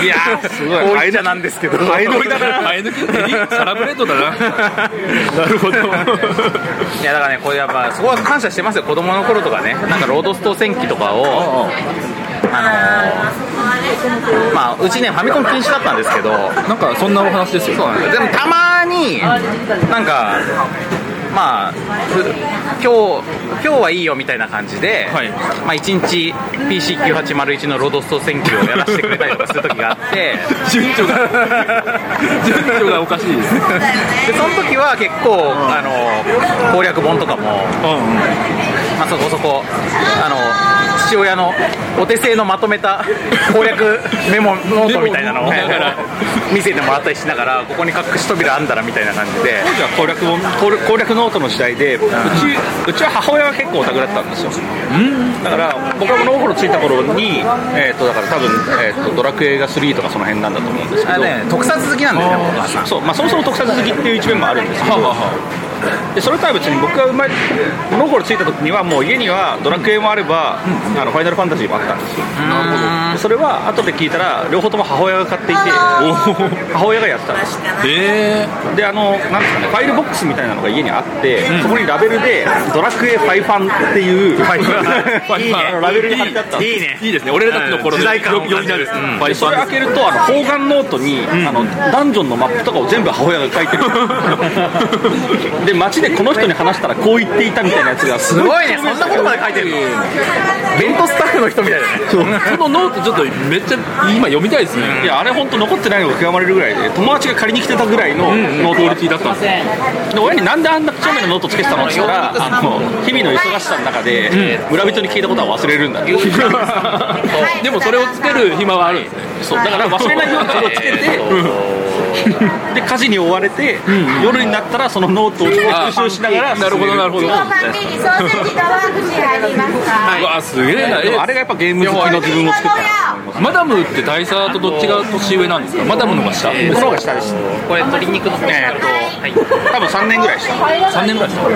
Speaker 2: いやーすごいこう言っちゃなんですけど
Speaker 3: 買い乗りだな
Speaker 4: あえ抜きサラブレッドだななるほど
Speaker 2: いやだからねこれやっぱそこは感謝してますよ子供の頃とかねなんかロードストー戦記とかをあのーまあうちねファミコン禁止だったんですけど
Speaker 4: なんかそんなお話ですよ
Speaker 2: でもたまになんかまあふ今日今日はいいよみたいな感じで、
Speaker 4: はい
Speaker 2: まあ、1日 PC9801 のロードスト選挙をやらせてくれたりとかする時があって
Speaker 4: 順序が順序がおかしいですね
Speaker 2: でその時は結構あの攻略本とかも、まあ、そこそこあの父親のお手製のまとめ た攻略メモノートみたいなのを
Speaker 4: メモ見ながら
Speaker 2: 見せてもらったりしながらここに隠し扉あんだらみたいな感じで。
Speaker 3: じゃあ攻略本攻略攻略ノートの時代でうちうちは母親が結構オタクだったんですよだから僕が物心ついた頃にえっ、とだから多分、えー、とドラクエが3とかその辺なんだと思うんですけ
Speaker 2: あ
Speaker 3: ど
Speaker 2: ね、特撮好きなんだよね、お母さん。
Speaker 3: そうまあ、そもそも特撮好きっていう一面もあるんですけど、でそれとは別に僕が生まれ物心ついた時にはもう家にはドラクエもあれば、あのファイナルファンタジーもあったんですよでそれは後で聞いたら両方とも母親が買っていて母親がやってたんです
Speaker 4: え
Speaker 3: であのなんですかねファイルボックスみたいなのが家にあって、そこにラベルで「ドラクエファイファン」っていう
Speaker 4: いいね
Speaker 3: あのラベルに貼ってあったんです
Speaker 2: いいね
Speaker 4: ー、いいですね俺らたちの頃の
Speaker 2: 時代感を
Speaker 4: 読みなんです
Speaker 2: うん
Speaker 4: バイ
Speaker 3: でそれ
Speaker 4: パ
Speaker 3: 開
Speaker 4: ン
Speaker 3: けるとあの方眼ノートに、あのダンジョンのマップとかを全部母親が書いてるで街でこの人に話したらこう言っていたみたいなやつが
Speaker 2: す
Speaker 3: す ごい
Speaker 2: ごいね、そんなことまで書いてるの。弁当スタッフの人みたいだね。
Speaker 4: そのノートちょっとめっちゃ今読みたいですね
Speaker 3: いやあれ本当残ってないのが極まれるぐらいで友達が借りに来てたぐらいのノート
Speaker 4: クオリティだったんですね
Speaker 3: で親になんであんな口調面のノートつけてたのって言ったらあの日々の忙しさの中で、村人に聞いたことは忘れるんだって
Speaker 4: でもそれをつける暇はあるんですね
Speaker 3: そうだから忘れないようにそれをつけて、で家事に追われて、夜になったらそのノートを復習しながら
Speaker 4: なるほどなるほど
Speaker 5: パンケーキソーセージとワークシー入りますか
Speaker 4: うわすげえな
Speaker 3: でもあれがやっぱゲーム好きの自分を作ったなと思います
Speaker 4: マダムって大佐とどっちが年上なんですかマダムの方が下
Speaker 3: 僕の方が下ですこれ鶏肉のえーっと、多分3年ぐらい下
Speaker 4: 3年ぐらいですか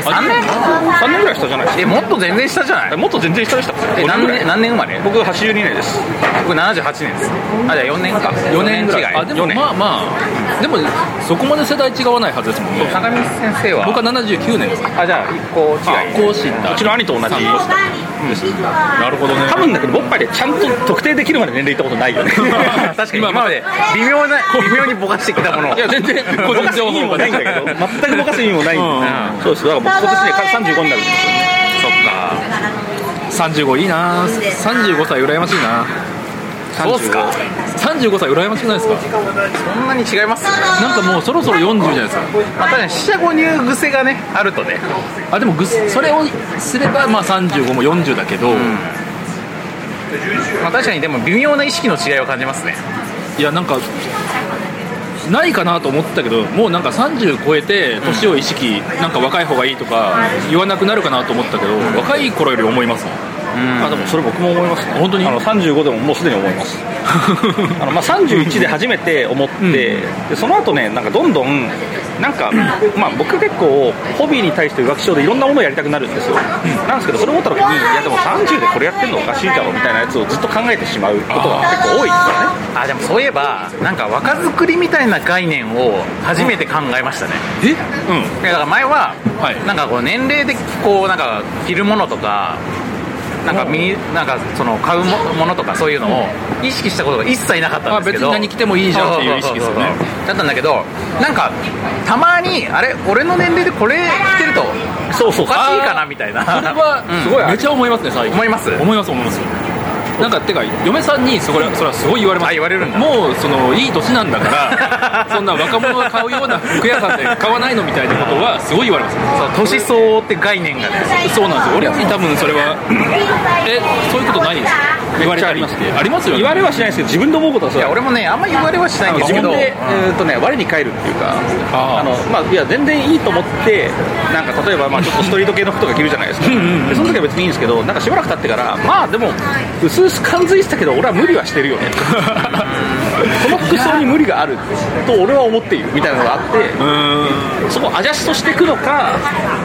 Speaker 2: え、3年
Speaker 3: 3年ぐらい下じゃないです
Speaker 2: え、もっと全然下じゃな
Speaker 3: か
Speaker 2: い
Speaker 3: もっと全然下でした
Speaker 2: え、何年、何年生まれ
Speaker 3: 僕82年です
Speaker 2: 僕78年です。あ、じゃあ4年か。
Speaker 4: 4年ぐらいあ
Speaker 2: 4
Speaker 4: で
Speaker 2: 年違
Speaker 4: も
Speaker 2: い。
Speaker 4: まあまあでもそこまで世代違わないはずですもんね
Speaker 2: 坂道先生は
Speaker 4: 僕は79年ですか
Speaker 2: あ、じゃあ1個違い。
Speaker 4: 更新だ
Speaker 3: うちの兄と同じ
Speaker 4: なるほどね
Speaker 3: 多分だけど僕ぱでちゃんと特定できるまで年齢いったことないよね
Speaker 2: 確かに今まで微妙な、微妙にぼかしてきたもの を。
Speaker 4: いや全然個人情報が
Speaker 3: ないんだけど全くぼかす意味もないんだけどそうですだから僕今年ね35になるんですよ
Speaker 2: そっか。
Speaker 4: 35いいな35歳羨ましいな
Speaker 2: そうっすか。
Speaker 4: 35歳羨ましくないですか
Speaker 2: そんなに違います
Speaker 4: なんかもうそろそろ40じゃないですか
Speaker 2: またね、死者誤入癖がね、あるとね。
Speaker 4: あでもぐっそれをすればまあ35も40だけど、
Speaker 2: まあ確かにでも微妙な意識の違いを感じますね。
Speaker 4: いやなんかないかなと思ったけどもうなんか30超えて年を意識、なんか若い方がいいとか言わなくなるかなと思ったけど若い頃より思いますもんあでもそれ僕も思いますね本当に
Speaker 3: あの35でももうすでに思います あの、まあ、31で初めて思って、
Speaker 4: うん
Speaker 3: でその後ねなんかどんどんなんか、まあ、僕結構ホビーに対して浮気症でいろんなものをやりたくなるんですよ、なんですけどそれ思った時にいやでも30でこれやってるのおかしいだろみたいなやつをずっと考えてしまうことが結構多いんですよね
Speaker 2: あでもそういえばなんか若作りみたいな概念を初めて考えましたね、
Speaker 4: え
Speaker 2: いやだから前は、
Speaker 4: はい
Speaker 2: なんかこう年齢でこうなんか着るものとかなんか身になんかその買うもものとかそういうのを意識したことが一切なかったんですけど
Speaker 4: あ別に何着てもいいじゃんっていう意識です
Speaker 2: そうそ
Speaker 4: よね
Speaker 2: うそうそうだったんだけどなんかたまにあれ俺の年齢でこれ着てると
Speaker 4: そうそう
Speaker 2: おかしいかなみたいな
Speaker 4: それは
Speaker 2: うん
Speaker 4: すごい、めちゃ思いますね最近
Speaker 2: 思います
Speaker 4: 思います思いますなんかてか嫁さんにそこそれはすごい言われます
Speaker 2: あ言われるんだ
Speaker 4: もうそのいい年なんだからそんな若者が買うような服屋さんで買わないのみたいなことはすごい言われます
Speaker 2: そう年相応って概念がね
Speaker 4: そうなんですよ俺に多分それはえそういうことないですか言われてありましてありますよね
Speaker 3: 言われはしないですけど自分で思うことはそ
Speaker 2: いうや俺もねあんま言われはしないんです
Speaker 3: 自
Speaker 2: け
Speaker 3: 分
Speaker 2: ど
Speaker 3: で、えーとね、我に返るっていうか
Speaker 4: あー
Speaker 3: あの、まあ、いや全然いいと思ってなんか例えば、まあ、 ちょっとストリート系の服とか着るじゃないですかでその時は別にいいんですけどなんかしばらく経ってからまあでもうすうす感づいてたけど俺は無理はして るよねこの服装に無理があると俺は思っているみたいなのがあってそこアジャストしていくのか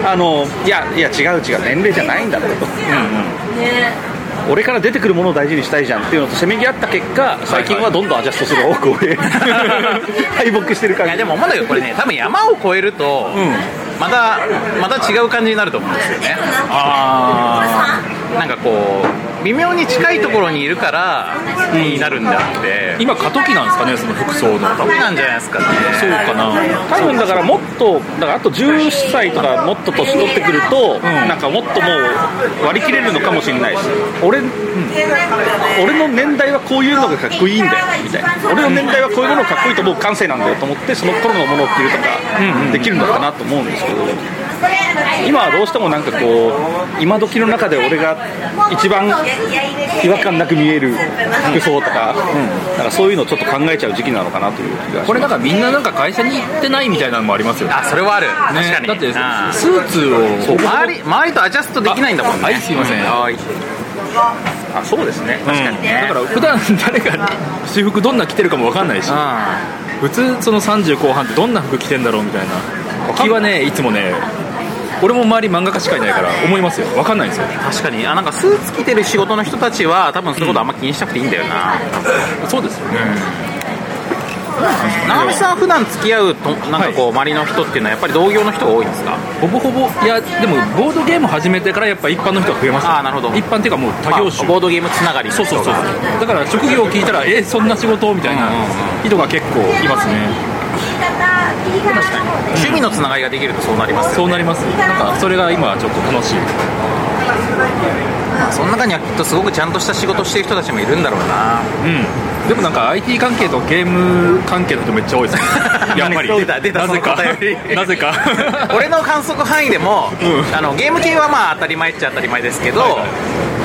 Speaker 3: あのいやいや違う違う年齢じゃないんだろうと、俺から出てくるものを大事にしたいじゃんっていうのとせめぎ合った結果最近はどんどんアジャストする多く 俺敗北してる感
Speaker 2: い
Speaker 3: じ
Speaker 2: やでも思うんだけどこれね多分山を越えると、またまた違う感じになると思うんですよね
Speaker 4: あ
Speaker 2: なんかこう微妙に近いところにいるからになるんであって
Speaker 4: ー今過渡期なんですかねその服装の
Speaker 2: そうなんじゃないですかね
Speaker 4: そうかな
Speaker 3: 多分だからもっとだからあと10歳とかもっと年取ってくると、なんかもっともう割り切れるのかもしれないし俺,、俺の年代はこういうのがかっこいいんだよみたいな俺の年代はこういうものがかっこいいと思う感性なんだよと思ってその頃のものを着るとかできるのかなと思うんですけど、今はどうしてもなんかこう今時の中で俺が一番違和感なく見える服装とか,、なんかそういうのをちょっと考えちゃう時期なのかなという気がし
Speaker 4: こ
Speaker 3: ます
Speaker 4: れなんかみんななんか会社に行ってないみたいなのもありますよね
Speaker 2: あそれはある、確か
Speaker 4: ね
Speaker 2: に
Speaker 4: だって
Speaker 2: あ
Speaker 4: スーツを
Speaker 2: ー周り周りとアジャストできないんだもんね
Speaker 4: あはいすいません
Speaker 2: はい
Speaker 3: あそうですね
Speaker 4: 確かにね、だから普段誰が私服どんな着てるかも分かんないし
Speaker 2: う
Speaker 4: 普通その30後半ってどんな服着てんだろうみたいな気はねいつもね俺も周り漫画家しかいないから思いますよ分かんないんですよ
Speaker 2: ん確かにあなんかスーツ着てる仕事の人たちは多分そういうことあんま気にしなくていいんだよな、
Speaker 4: そうですよね
Speaker 2: 直美さん普段付き合うとなんかこう、周りの人っていうのはやっぱり同業の人が多いんですか
Speaker 4: ほぼほぼいやでもボードゲーム始めてからやっぱ一般の人が増えます
Speaker 2: あーなるほど
Speaker 4: 一般っていうかもう多業種
Speaker 2: まあボードゲームつながり
Speaker 4: そうそうそうだから職業を聞いたらえそんな仕事みたいな人が結構いますね
Speaker 2: 趣味のつながりができるとそうなります
Speaker 4: そ
Speaker 2: よ
Speaker 4: う
Speaker 2: ね
Speaker 4: なりますなんかそれが今ちょっと楽しい
Speaker 2: まあその中にはきっとすごくちゃんとした仕事をしてる人たちもいるんだろうな
Speaker 4: うん、でもなんか IT 関係とゲーム関係の人めっちゃ多い ですねやっぱり
Speaker 2: 出た出た
Speaker 4: なぜか
Speaker 2: その偏り
Speaker 4: なぜか
Speaker 2: 俺の観測範囲でも、あのゲーム系はまあ当たり前っちゃ当たり前ですけど、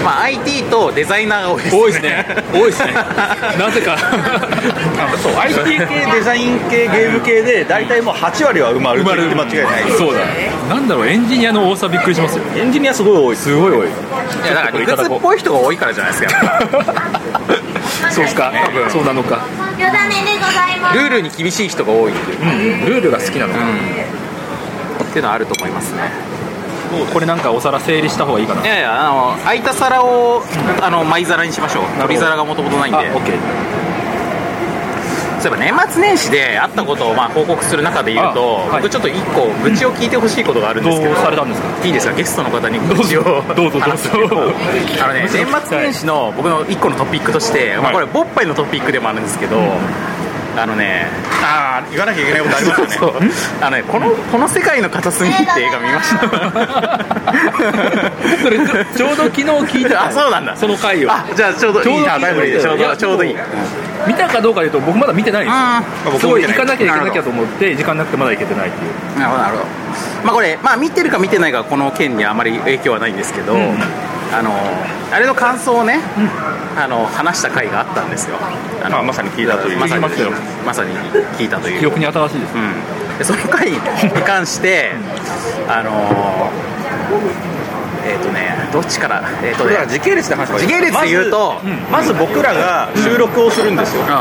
Speaker 2: まあ、IT とデザイナーが多いですね
Speaker 4: 多いです ね多いですねなぜか
Speaker 3: そう IT 系デザイン系ゲーム系で大体もう8割は埋まるって言って間違いない
Speaker 4: そうだなんだろうエンジニアの多さびっくりしますよ
Speaker 3: エンジニアすごい多いすごい多い
Speaker 2: いやだから理屈っぽい人が多いからじゃないですかやっ
Speaker 4: そうっすか
Speaker 2: 多分
Speaker 4: そうなのか、
Speaker 5: 余談でございま
Speaker 2: ぱ
Speaker 5: す
Speaker 2: ルールに厳しい人が多いっていう,、
Speaker 4: ルールが好きなのか、
Speaker 2: っていうのはあると思いますね
Speaker 4: これなんかお皿整理した方がいいかない
Speaker 2: やいやあの空いた皿をあの舞皿にしましょう
Speaker 4: ほど
Speaker 2: 鳥皿がもともとないんで
Speaker 4: あオッケー
Speaker 2: そういえば年末年始であったことをまあ報告する中で言うと、
Speaker 4: あはい
Speaker 2: 僕ちょっと一個愚痴を聞いてほしいことがあるん
Speaker 4: ど
Speaker 2: ですけど、
Speaker 4: うされたんですか
Speaker 2: いいですかゲストの方に愚痴を
Speaker 4: ど うぞどうぞ
Speaker 2: あのね年末年始の僕の一個のトピックとして、まあ、これボッパイのトピックでもあるんですけど、あのねああ言わなきゃいけないことあります よねあのねこのこの世界の片隅って映画見ました
Speaker 4: それちょうど昨日聞い た
Speaker 2: あそうなんだ
Speaker 4: その回を
Speaker 2: あじゃあちょうどいいあタイムリーでちょう
Speaker 4: いや
Speaker 2: どちょうどいい
Speaker 4: 見たかどうかで言うと僕まだ見てないんですよ
Speaker 2: あー
Speaker 4: すごい行
Speaker 2: 僕も
Speaker 4: か
Speaker 2: 見てな
Speaker 4: ないきゃいけなきゃと思って時間なくてまだ行けてないっていう
Speaker 2: なるほどなるほどまあこれ、まあ、見てるか見てないかはこの件にあまり影響はないんですけど、あのあれの感想をね、あの話した回があったんですよあの
Speaker 3: まさに聞いたという
Speaker 2: まさに
Speaker 4: 聞きましたよ
Speaker 2: まさに聞いたという
Speaker 4: 記憶に新しいで す
Speaker 2: うんでその回に関してあのえっ、とねどっちからえっ、と
Speaker 3: だから
Speaker 2: ね
Speaker 3: 時系列で話しましょ
Speaker 2: 時系列で言うと
Speaker 3: まずまず僕らが収録をするんですよ、
Speaker 2: うん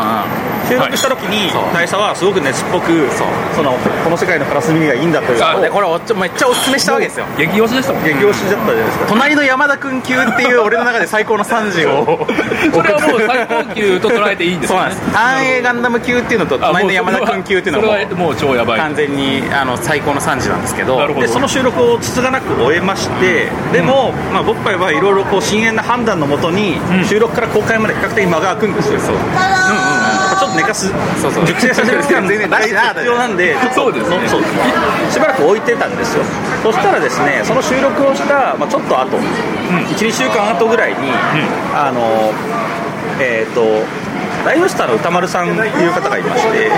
Speaker 3: 収録した時に
Speaker 2: そう
Speaker 3: 大佐はすごく熱っぽくそのこの世界の片隅がいいんだという
Speaker 2: うんでこれおっちょめっちゃおすすめしたわけですよ
Speaker 4: 激推しでしたもん
Speaker 3: 激推しだったじゃないですか
Speaker 2: 隣の山田君級っていう俺の中で最高の3時を
Speaker 4: これはもう最高級と捉えていいんです
Speaker 2: そう
Speaker 4: よ
Speaker 2: なん
Speaker 4: ね
Speaker 2: です単影ガンダム級っていうのと
Speaker 4: あもう
Speaker 2: 隣の山田君級っていうの
Speaker 4: そ
Speaker 2: は
Speaker 4: れはもう超やばい
Speaker 2: 完全にあの最高の3時なんですけど
Speaker 4: なるほど
Speaker 3: でその収録をつつがなく終えまして、でも、まあ、僕らはいろいろこう深淵な判断のもとに、収録から公開まで比較的間が空くんですよ、そうちょっと寝かす、
Speaker 2: そうそう
Speaker 3: 熟成させる期間
Speaker 2: 全然大事な
Speaker 3: 必要なんで、ちょっと
Speaker 4: そうですね
Speaker 3: そうしばらく置いてたんですよ、そしたらですね、その収録をした、まあ、ちょっと後、1、2週間後ぐらいに、あの、えっ、と、ライブスターの歌丸さんという方がいまして、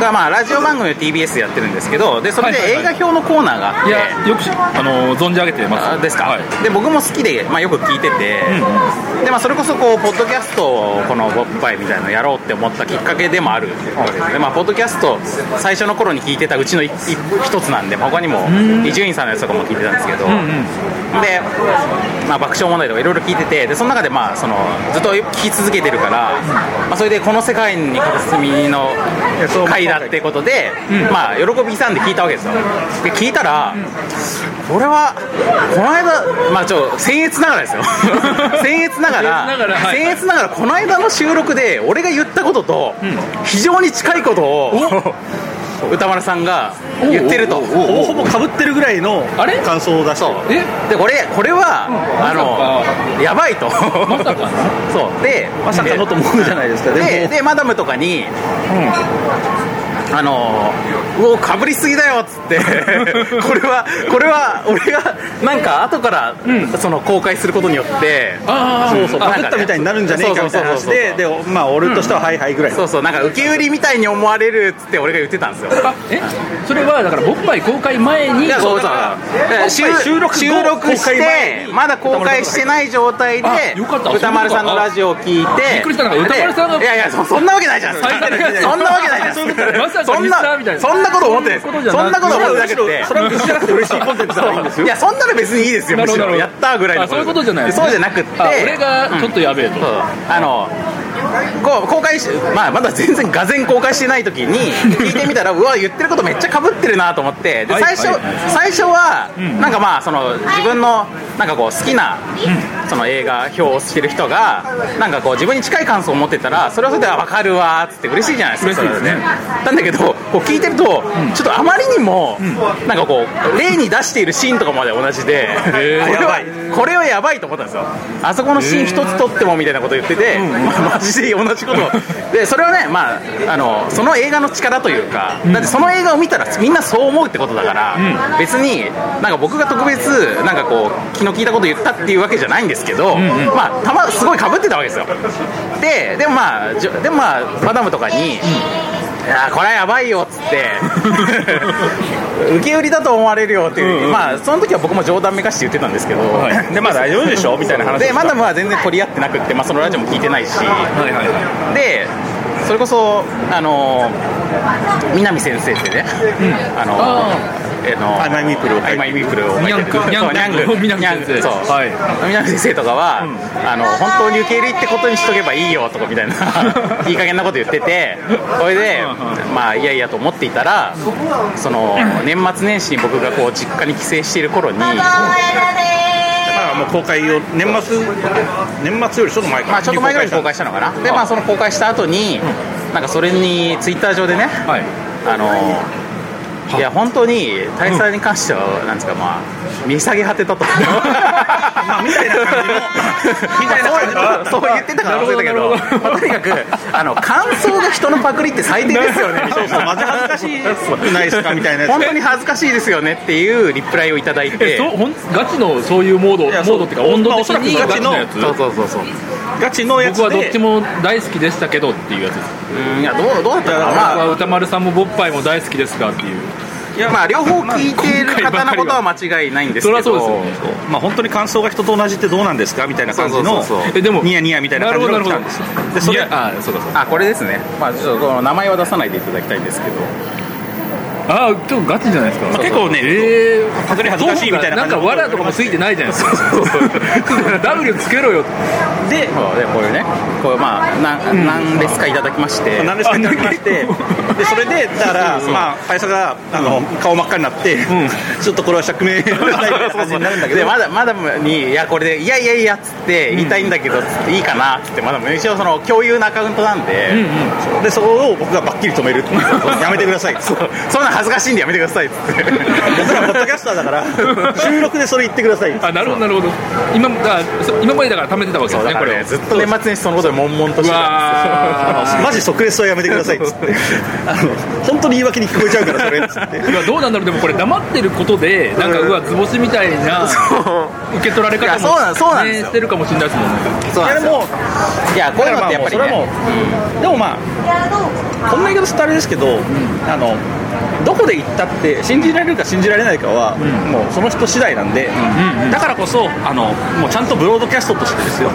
Speaker 2: がまあラジオ番組を TBS でやってるんですけどでそれで
Speaker 4: はいはい
Speaker 2: 映
Speaker 4: は
Speaker 2: 画
Speaker 4: い
Speaker 2: 表のコーナーがあっ
Speaker 4: い
Speaker 2: て、
Speaker 4: やよくしあの存じ上げてます
Speaker 2: あですか、
Speaker 4: はい
Speaker 2: で僕も好きで、まあ、よく聞いてて、でまあ、それこそこうポッドキャストをこの「ボッパイ」みたいなのやろうって思ったきっかけでもあるわけですね、まあ、ポッドキャスト最初の頃に聞いてたうちの一一一つなんでまあ他にも伊集院さんのやつとかも聞いてたんですけど、で、まあ、爆笑問題とかいろいろ聞いててでその中でまあそのずっと聞き続けてるから、まあ、それでこの世界に片隅の回だってことで、まあ、喜びさんで聞いたわけですよで聞いたら、これはこの間まあちょ僭越ながら ですよ僭越ながら
Speaker 4: 僭越ながらはい
Speaker 2: 僭越ながらこの間の収録で俺が言ったことと非常に近いことを歌丸さんが言ってると
Speaker 3: ほぼほぼかぶってるぐらいの
Speaker 4: あれ
Speaker 3: 感想を出してる
Speaker 4: え
Speaker 2: でこれこれは、あのやばいと
Speaker 4: さか
Speaker 2: そうで
Speaker 3: まさかのと思うじゃないですか、でも
Speaker 2: ででマダムとかに、あのーうおかぶりすぎだよっつって これはこれは俺がなんか後から、その公開することによって
Speaker 4: あ
Speaker 3: そうそう、
Speaker 2: あ
Speaker 3: パクったみたいになるんじゃねえかみたいな話
Speaker 2: そうそうそう
Speaker 3: で、で、まあ、俺としては、はいはいぐらい。
Speaker 2: そうそうなんか受け売りみたいに思われるっつって俺が言ってたんですよ
Speaker 4: ああえそれはだからボッパイ公開前に
Speaker 2: いやそうそう収
Speaker 3: 今回収録後
Speaker 2: 収録し
Speaker 3: 公開前
Speaker 2: て
Speaker 3: に
Speaker 2: まだ公開してない状態で
Speaker 4: あよかった
Speaker 2: 歌丸さんのラジオを聞いて
Speaker 4: びっくりしたなんか歌丸さんが
Speaker 2: でいやいやそそんなわけないじゃんそんなわけないじゃんそんなわけないじゃん
Speaker 4: まさか
Speaker 2: そん
Speaker 4: ミスターみたい
Speaker 2: な
Speaker 4: な
Speaker 2: そんなこと思ってないです
Speaker 4: そういうことじゃない
Speaker 2: そんなこと思ってなくて
Speaker 3: それは後ろじゃなくて嬉しいコンテンツだからいいんですよ。
Speaker 2: いやそんなの別にいいですよ
Speaker 4: な
Speaker 2: む
Speaker 4: るほ
Speaker 2: し
Speaker 4: ど
Speaker 2: ろやったぐらいの
Speaker 4: あそういうことじゃない
Speaker 2: そうじゃなくて
Speaker 4: あ俺がちょっとやべえと
Speaker 2: そうあのこう公開し、まあ、まだ全然がぜ公開してない時 に聞いてみたらうわ言ってることめっちゃかぶってるなと思ってで
Speaker 4: はい
Speaker 2: 最初
Speaker 4: はいは
Speaker 2: 最初はなんかまあその自分のなんかこう好きなその映画表をしてる人がなんかこう自分に近い感想を持ってたらそれはそれで分かるわーっつって嬉しいじゃないですか
Speaker 4: 嬉しいです
Speaker 2: そ
Speaker 4: ね
Speaker 2: れはなんだけどこう聞いてるとちょっとあまりにもなんかこう例に出しているシーンとかまで同じでこれ
Speaker 4: ー
Speaker 2: はこれはやばいと思ったんですよあそこのシーン一つ撮ってもみたいなこと言ってて、まあマジで同じことをでそれはね、まあ、あのその映画の力というか、だってその映画を見たらみんなそう思うってことだから、別になんか僕が特別なんかこう気の利いたこと言ったっていうわけじゃないんですけど、まあたま、すごいかぶってたわけですよででもまあじょでもまあマダムとかに、いやーこれはやばいよっつって 受け売りだと思われるよっていう、まあその時は僕も冗談めかして言ってたんですけど、
Speaker 3: で、まあ、大丈夫でしょみたいな話。
Speaker 2: でマダムは全然取り合ってなくって、まあ、そのラジオも聞いてないし
Speaker 4: はいはいは
Speaker 2: でそれこそあの南先生ってね、あの
Speaker 4: あ
Speaker 2: えーの
Speaker 3: アイマイミープルを書いてる
Speaker 2: アイマイミープルを書いてる
Speaker 4: ニャンクニャンク
Speaker 2: そうニャンク
Speaker 4: 南
Speaker 2: ニャン
Speaker 4: 先生
Speaker 2: クそう、
Speaker 4: はい
Speaker 2: 南先生とかは、あの本当に受け入れってことにしとけばいいよとかみたいないい加減なこと言っててそれでまあいやいやと思っていたらその年末年始に僕がこう実家に帰省している頃に
Speaker 3: まあ、もう公開を、年末、年末よりちょっと前か
Speaker 2: まあ、ちょっと前ぐらいに公開
Speaker 3: 公開
Speaker 2: し
Speaker 3: した
Speaker 2: のかな、でまあ、その公開した後に、なんかそれにツイッター上でね、
Speaker 4: いはい
Speaker 2: あのーいや、本当に大佐に関しては、なんですか、まあ、見下げ果てたと、
Speaker 3: あみたいな感じ のみたいな感じの
Speaker 2: まあそうそう言ってたから忘れたけど、
Speaker 4: なるほどなるほど
Speaker 2: まあとにかくあの、感想が人のパクリって最低ですよね、みた
Speaker 3: そ
Speaker 2: いう
Speaker 3: そう、まず恥ずかしくないですかみたいな
Speaker 2: な
Speaker 3: や
Speaker 2: 本
Speaker 3: つ。
Speaker 2: 当に恥ずかしいですよねっていうリプライをいただい
Speaker 4: え
Speaker 2: て。
Speaker 4: そうほんガチのそういうモードモ
Speaker 3: や
Speaker 4: ー
Speaker 3: そう
Speaker 4: ドっていうか温
Speaker 3: ま
Speaker 4: 度的に
Speaker 3: あおそらく
Speaker 4: ガ
Speaker 3: ガ
Speaker 4: チ
Speaker 3: チ
Speaker 4: の
Speaker 3: の
Speaker 4: やつ
Speaker 2: そうそうそうそう
Speaker 3: ガチのやつ
Speaker 4: 僕
Speaker 3: で。
Speaker 4: はどっちも大好きでしたけどっていうやつです
Speaker 2: うんいやどうどうだったかな、
Speaker 4: 僕
Speaker 2: まあ
Speaker 4: は歌丸さんもボッパイも大好きですかっていう
Speaker 3: いや
Speaker 2: まあ、両方聞いている方のことは間違いないんです
Speaker 4: そ
Speaker 2: け
Speaker 4: り
Speaker 2: ど
Speaker 4: ゃそうですよね
Speaker 3: まあ、本当に感想が人と同じってどうなんですかみたいな感じ
Speaker 2: そ
Speaker 3: の
Speaker 2: うそうそう
Speaker 4: えでも
Speaker 3: ニヤニヤみたいな感じのが来たんですよでそ
Speaker 4: い
Speaker 3: れ
Speaker 4: やあそうかそうか
Speaker 2: あこれですね、まあ、ちょっとこの名前は出さないでいただきたいんですけど、
Speaker 4: あー今日ガチじゃないですか、
Speaker 3: 結構ね
Speaker 4: えー
Speaker 3: 隠れ恥ずかしいみたいな
Speaker 4: な
Speaker 3: 感
Speaker 4: ん
Speaker 3: じ
Speaker 4: かわらとかもついてないじゃないですか W つけろよ
Speaker 2: でそうでこういうねこうまあな何ですかいただきまして
Speaker 3: 何ですかって言わ れてでそれでだから、まあ、会社があの、顔真っ赤になって、ちょっとこれは釈明みたいな感じになるんだけど
Speaker 2: でまだマダムに「いやこれでいやいやいや」っつって言いたいんだけどっつって「いいかな」っつってマダム一応その共有のアカウントなんで、
Speaker 3: でそこを僕がばっきり止 めるっていうやめてくださいって
Speaker 2: そんな恥ずかしいんでやめてくださいっつって
Speaker 3: 僕らポッドキャスターだから収録でそれ言ってくださいって
Speaker 4: あなるほどなるほど今あそ今までだから貯めてたわけですね
Speaker 2: だか
Speaker 4: こ
Speaker 2: ら
Speaker 4: れ
Speaker 2: ね
Speaker 4: を
Speaker 2: ずっと年末にそのことで悶々としてたんですよ
Speaker 4: わ
Speaker 3: マジ即レスはやめてくださいっつってあの本当に言い訳に聞こえちゃうからそれっつって
Speaker 4: いやどうなんだろうでもこれ黙ってることでなんかうわ図星みたいな受け取られ
Speaker 2: い
Speaker 4: 方
Speaker 2: や
Speaker 4: も
Speaker 2: そうなんそうなんです
Speaker 4: ね
Speaker 2: よ
Speaker 4: してるかもしれないですもんね
Speaker 2: そう
Speaker 3: い
Speaker 2: なん
Speaker 3: や
Speaker 2: で
Speaker 3: です
Speaker 2: よ
Speaker 3: も
Speaker 2: いやこういうのってやっぱり
Speaker 3: だから
Speaker 2: ね
Speaker 3: まあもうそれはもうでもまあこんな言い方するとあれですけど、あのどこで行ったって信じられるか信じられないかは、もうその人次第なんで、だからこそあのもうちゃんとブロードキャストとしてですよ、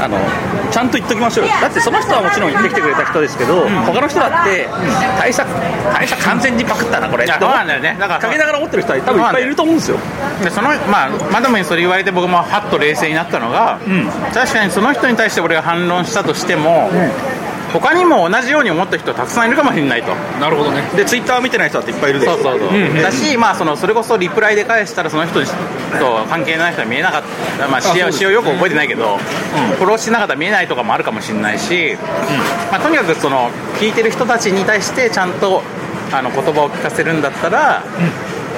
Speaker 3: あのちゃんと言っときましょうよだってその人はもちろん言ってきてくれた人ですけど、他の人だって、大差大差完全にパクったなこれって
Speaker 2: や
Speaker 3: 思
Speaker 2: そう
Speaker 3: っ
Speaker 2: なんだよねだから
Speaker 3: 陰ながら思ってる人は多分いっぱいいると思うんですよ
Speaker 2: でそのまあマダムにそれ言われて僕もハッと冷静になったのが、確かにその人に対して俺が反論したとしても、他にも同じように思った人たくさんいるかもしれないと
Speaker 4: なるほどね
Speaker 3: でツイッター見てない人だっていっぱいいるでしょ
Speaker 2: そうそうそう、だし、まあ、そのそれこそリプライで返したらその人にと関係ない人は見えなかった、まあ、
Speaker 4: そう
Speaker 2: し
Speaker 4: です
Speaker 2: しようよく覚えてないけど、フォローしてなかったら見えないとかもあるかもしれないし、まあ、とにかくその聞いてる人たちに対してちゃんとあの言葉を聞かせるんだったら、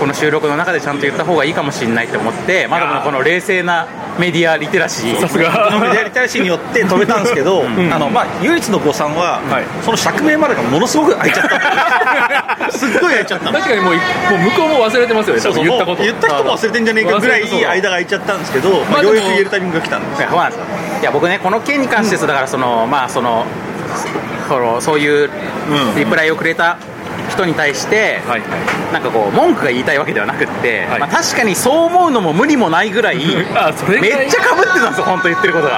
Speaker 2: この収録の中でちゃんと言った方がいいかもしれないと思ってまだまだこの冷静なメディアリテラシー
Speaker 4: すが
Speaker 3: メディアリテラシーによって止めたんですけど、あのまあ、唯一の誤算は、その釈明までがものすごく空いちゃった すっごい空いちゃった
Speaker 4: 確かにもういもう向こうも忘れてますよね
Speaker 3: そうそう
Speaker 4: 言ったこと
Speaker 3: 言った人も忘れてんじゃねえかぐらい間が空いちゃったんですけど、ま
Speaker 4: ま
Speaker 3: あ、
Speaker 4: あ
Speaker 3: ようや
Speaker 4: で
Speaker 3: く
Speaker 4: も
Speaker 3: 言えるタイミングが来たんで
Speaker 2: いやそうなんですよいや僕ねこの件に関してですだからその、まあそのそのそういうリプライをくれた人に対して、
Speaker 4: はいはい
Speaker 2: なんかこう文句が言いたいわけではなくって、
Speaker 4: はい
Speaker 2: まあ、確かにそう思うのも無理もないぐらい
Speaker 4: あそれぐらい
Speaker 2: めっちゃかぶってたんですよ本当言ってることが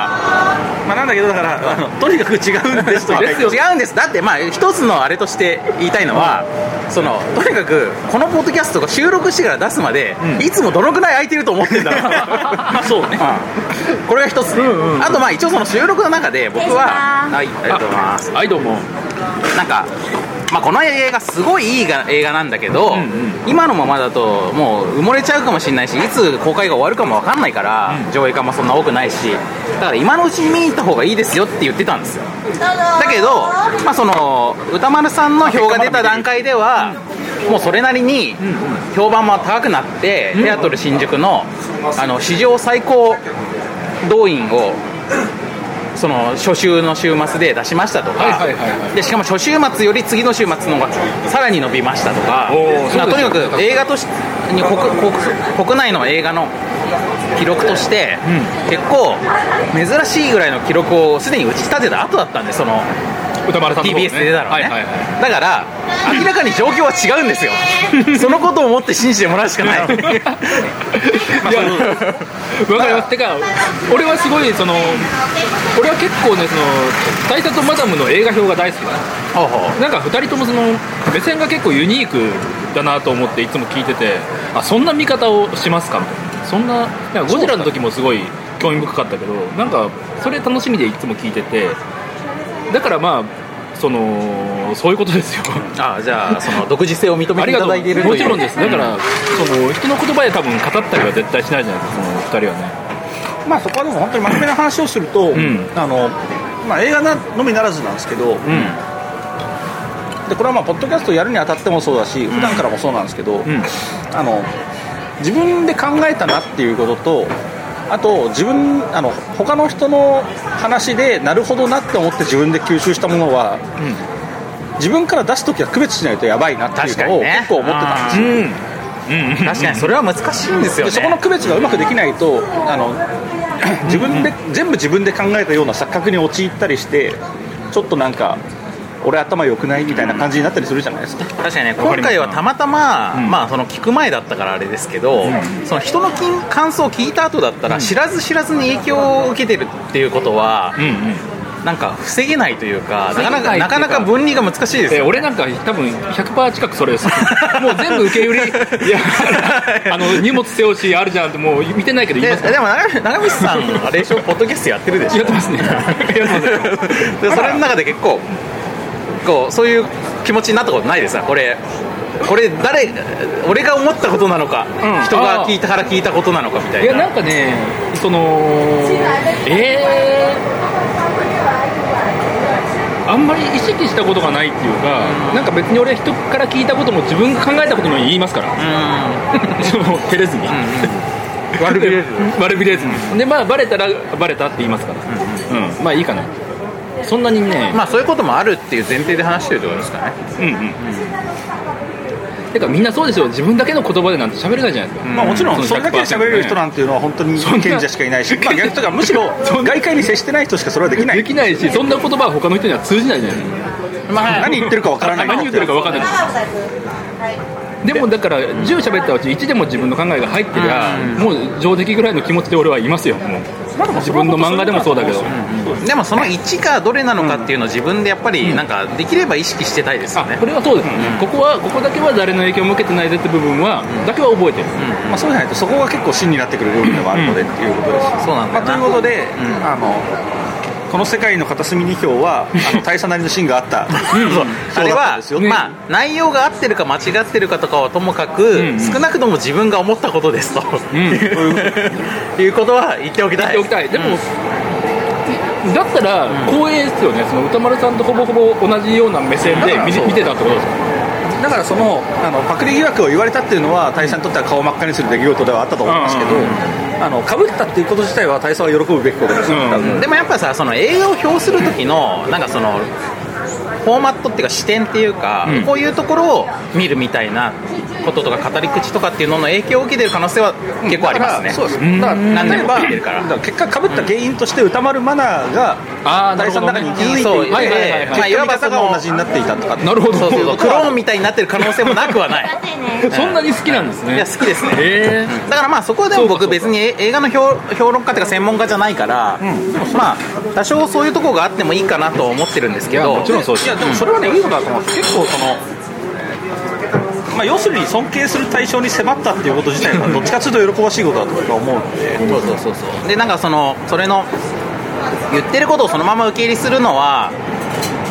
Speaker 3: まあ、なんだけどだから あのとにかく違うんですと
Speaker 4: そうですよ
Speaker 2: 違うんですだってまあ一つのあれとして言いたいのは、そのとにかくこのポッドキャストが収録してから出すまで、いつもどのぐらい空いてると思ってんだろうまあ そうね、これが一つね、あとまあ一応その収録の中で僕は
Speaker 5: 失
Speaker 2: はいありがとうございます
Speaker 4: はいどうも
Speaker 2: なんか、まあ、この映画すごいいいが映画なんだけど、今のままだともう埋もれちゃうかもしれないしいつ公開が終わるかも分かんないから、上映感もそんな多くないしだから今のうちに見に行った方がいいですよって言ってたんですよだ
Speaker 5: だ
Speaker 2: けど、まあ、その歌丸さんの票が出た段階では、もうそれなりに評判も高くなって、テアトル新宿のあの史上最高動員を。その初週の週末で出しましたとか、
Speaker 4: はいはいはいは
Speaker 2: でしかも初週末より次の週末の方がさらに伸びましたとか
Speaker 4: おー
Speaker 2: まあ
Speaker 4: そう
Speaker 2: と
Speaker 4: で
Speaker 2: に
Speaker 4: すね
Speaker 2: かく映画として国国国内の映画の記録として、結構珍しいぐらいの記録をすでに打ち立てた後だったんでその
Speaker 4: 歌丸さんの方
Speaker 2: TBS で出たのね、
Speaker 4: はいはいはい
Speaker 2: だから明らかに状況は違うん ですよそのことを思って信じてもらうしか ない
Speaker 4: いや、わかります。てか、俺はすごい、その、俺は結構ね、その、大佐とマダムの映画表が大好きなの
Speaker 2: ほうほう
Speaker 4: なんか二人ともその、目線が結構ユニークだなと思って、いつも聞いてて、あ、そんな見方をしますかみたいな。そんな、なんかゴジラの時もすごい興味深かったけど、なんか、それ楽しみでいつも聞いてて、だからまあ、その、そういうこ とですよ。
Speaker 2: あじゃあその独自性を認め
Speaker 4: あ
Speaker 2: て
Speaker 4: り
Speaker 2: いた
Speaker 4: がとう
Speaker 2: だいているという
Speaker 4: もちろんですだから、その人の言葉で多分語ったりは絶対しないじゃないですかその二人はね
Speaker 3: まあそこはでも本当に真面目な話をすると、
Speaker 4: ん
Speaker 3: あのまあ、映画なのみならずなんですけど、でこれはまあポッドキャストやるにあたってもそうだし普段からもそうなんですけど、あの自分で考えたなっていうこととあと自分あの他の人の話でなるほどなって思って自分で吸収したものは、自分から出す時は区別しないとやばいなってい
Speaker 2: 確
Speaker 3: うのを
Speaker 2: かにね
Speaker 3: 結構思ってたんですよ
Speaker 4: うん
Speaker 2: 確かにそれは難しいんですよね
Speaker 3: でそこの区別がうまくできないとあの自分で、全部自分で考えたような錯覚に陥ったりしてちょっとなんか俺頭良くないみたいな感じになったりするじゃないですか、
Speaker 2: 確かにね今回はたまたま、まあその聞く前だったからあれですけど、その人のきん感想を聞いた後だったら、知らず知らずに影響を受けてるっていうことは、
Speaker 4: うんうん
Speaker 2: なんか防げないというかなかな
Speaker 4: 防げな
Speaker 2: か
Speaker 4: い
Speaker 2: なかなか分離が難しいです
Speaker 4: え
Speaker 2: よ、
Speaker 4: 俺なんか多分100%近くそれですもう全部受け 売りいやあの荷物背負うしあるじゃんってもう見てないけど言
Speaker 2: で
Speaker 4: いますか
Speaker 2: でも長長渕さんあれでし ょポッドキャストやってるでしょ
Speaker 4: やってま すねやってますよ
Speaker 2: でそれの中で結構こうそういう気持ちになったことないですかこれこれ誰俺が思ったことなのか、
Speaker 4: ん
Speaker 2: 人が
Speaker 4: あー
Speaker 2: 聞いたから聞いたことなのかみた
Speaker 4: い
Speaker 2: い
Speaker 4: や
Speaker 2: な
Speaker 4: なんかねそのえー、あんまり意識したことがないっていうか、なんか別に俺は人から聞いたことも自分が考えたことも言いますから、 その照れずに、
Speaker 2: 悪く言える
Speaker 4: 悪びれずにでまあバレたらバレたって言いますから、うんまあいいかなそんなにね、
Speaker 2: まあそういうこともあるっていう前提で話してるってことですかね
Speaker 4: うんうんてかみんなそうですよ自分だけの言葉でなんて喋れないじゃないですか、
Speaker 3: まあ、もちろんそれだけで喋れる人なんんていうのは本当に賢者しかいないし、まあ、逆とかむしろ外界に接してない人しかそれはできな
Speaker 4: で
Speaker 3: い
Speaker 4: きないしそんな言葉は他の人には通じないじゃないですか
Speaker 3: 何言ってるかわからない
Speaker 4: 何言ってるか分かんないでもだから10喋ったうち1でも自分の考えが入ってりゃもう上出来ぐらいの気持ちで俺はいますよもう自分の漫画でもそうだけど
Speaker 2: でもその1がどれなのかっていうのを自分でやっぱりなんかできれば意識してたいですよね、
Speaker 4: これはそうですここはここだけは誰の影響を受けてないでって部分はだけは覚えてる
Speaker 3: まあ、そうじゃないとそこが結構芯になってくる部分ではあるのでっていうことです、
Speaker 2: そうなんだ
Speaker 3: ま
Speaker 2: よな
Speaker 3: あ、ということで、あのこの世界の片隅に票はあの大佐なりの芯があった
Speaker 2: あ
Speaker 3: 票
Speaker 2: れ
Speaker 3: だったん
Speaker 2: は
Speaker 3: ですよ、、
Speaker 2: まあ、内容が合ってるか間違ってるかとかはともかく、
Speaker 4: ん
Speaker 2: 少なくとも自分が思ったことですと、 いうことは言っておきたい
Speaker 4: 言っておきたいでも、だったら光栄ですよね、その歌丸さんとほぼほぼ同じような目線で見
Speaker 3: そう
Speaker 4: 見てたってことですよ
Speaker 3: だからそのあのパクリ疑惑を言われたっていうのは大佐にとっては顔を真っ赤にする出来事ではあったと思いますけど、
Speaker 4: うんうん
Speaker 3: あのかぶったっていうこと自体は大佐は喜ぶべきことですよ、
Speaker 4: うん
Speaker 3: 多分
Speaker 2: でもやっぱさその映画を評する時のなんかそのフォーマットっていうか視点っていうか、
Speaker 4: うん
Speaker 2: こういうところを見るみたいなこととか語り口とかっていうのの影響を受けてる可能性は結構ありますね、
Speaker 3: だからそうですだから
Speaker 2: 何で
Speaker 3: 例え
Speaker 2: も
Speaker 3: ば
Speaker 2: 聞いてるから
Speaker 3: だから結果かぶった原因として歌丸マナーが
Speaker 4: あーな
Speaker 3: 大
Speaker 4: る
Speaker 3: 佐の
Speaker 4: ほど
Speaker 3: 中
Speaker 4: ね
Speaker 3: に気づいていて、
Speaker 2: そう
Speaker 4: はいはいはいはい
Speaker 3: まあ、いわば方が同じになっていたとかって
Speaker 4: なるほど
Speaker 2: そうそうそうクローンみたいになってる可能性もなくはない
Speaker 4: そんなに好きなんですね
Speaker 2: いや好きですね
Speaker 4: へー
Speaker 2: だからまあそこはでも
Speaker 4: そうかそう
Speaker 2: 僕
Speaker 4: か
Speaker 2: 別に映画の評評論家というか専門家じゃないから、まあ多少そういうところがあってもいいかなとは思ってるんですけ
Speaker 4: い
Speaker 2: ど
Speaker 4: やもちろんそうです
Speaker 3: いやでもそれはね、いいのだと思うんです結構その、まあ、要するに尊敬する対象に迫ったっていうこと自体 はどっちかというと喜ばしいことだと僕は思うので
Speaker 2: そうそうそうそうでなんかそのそれの言ってることをそのまま受け入れするのは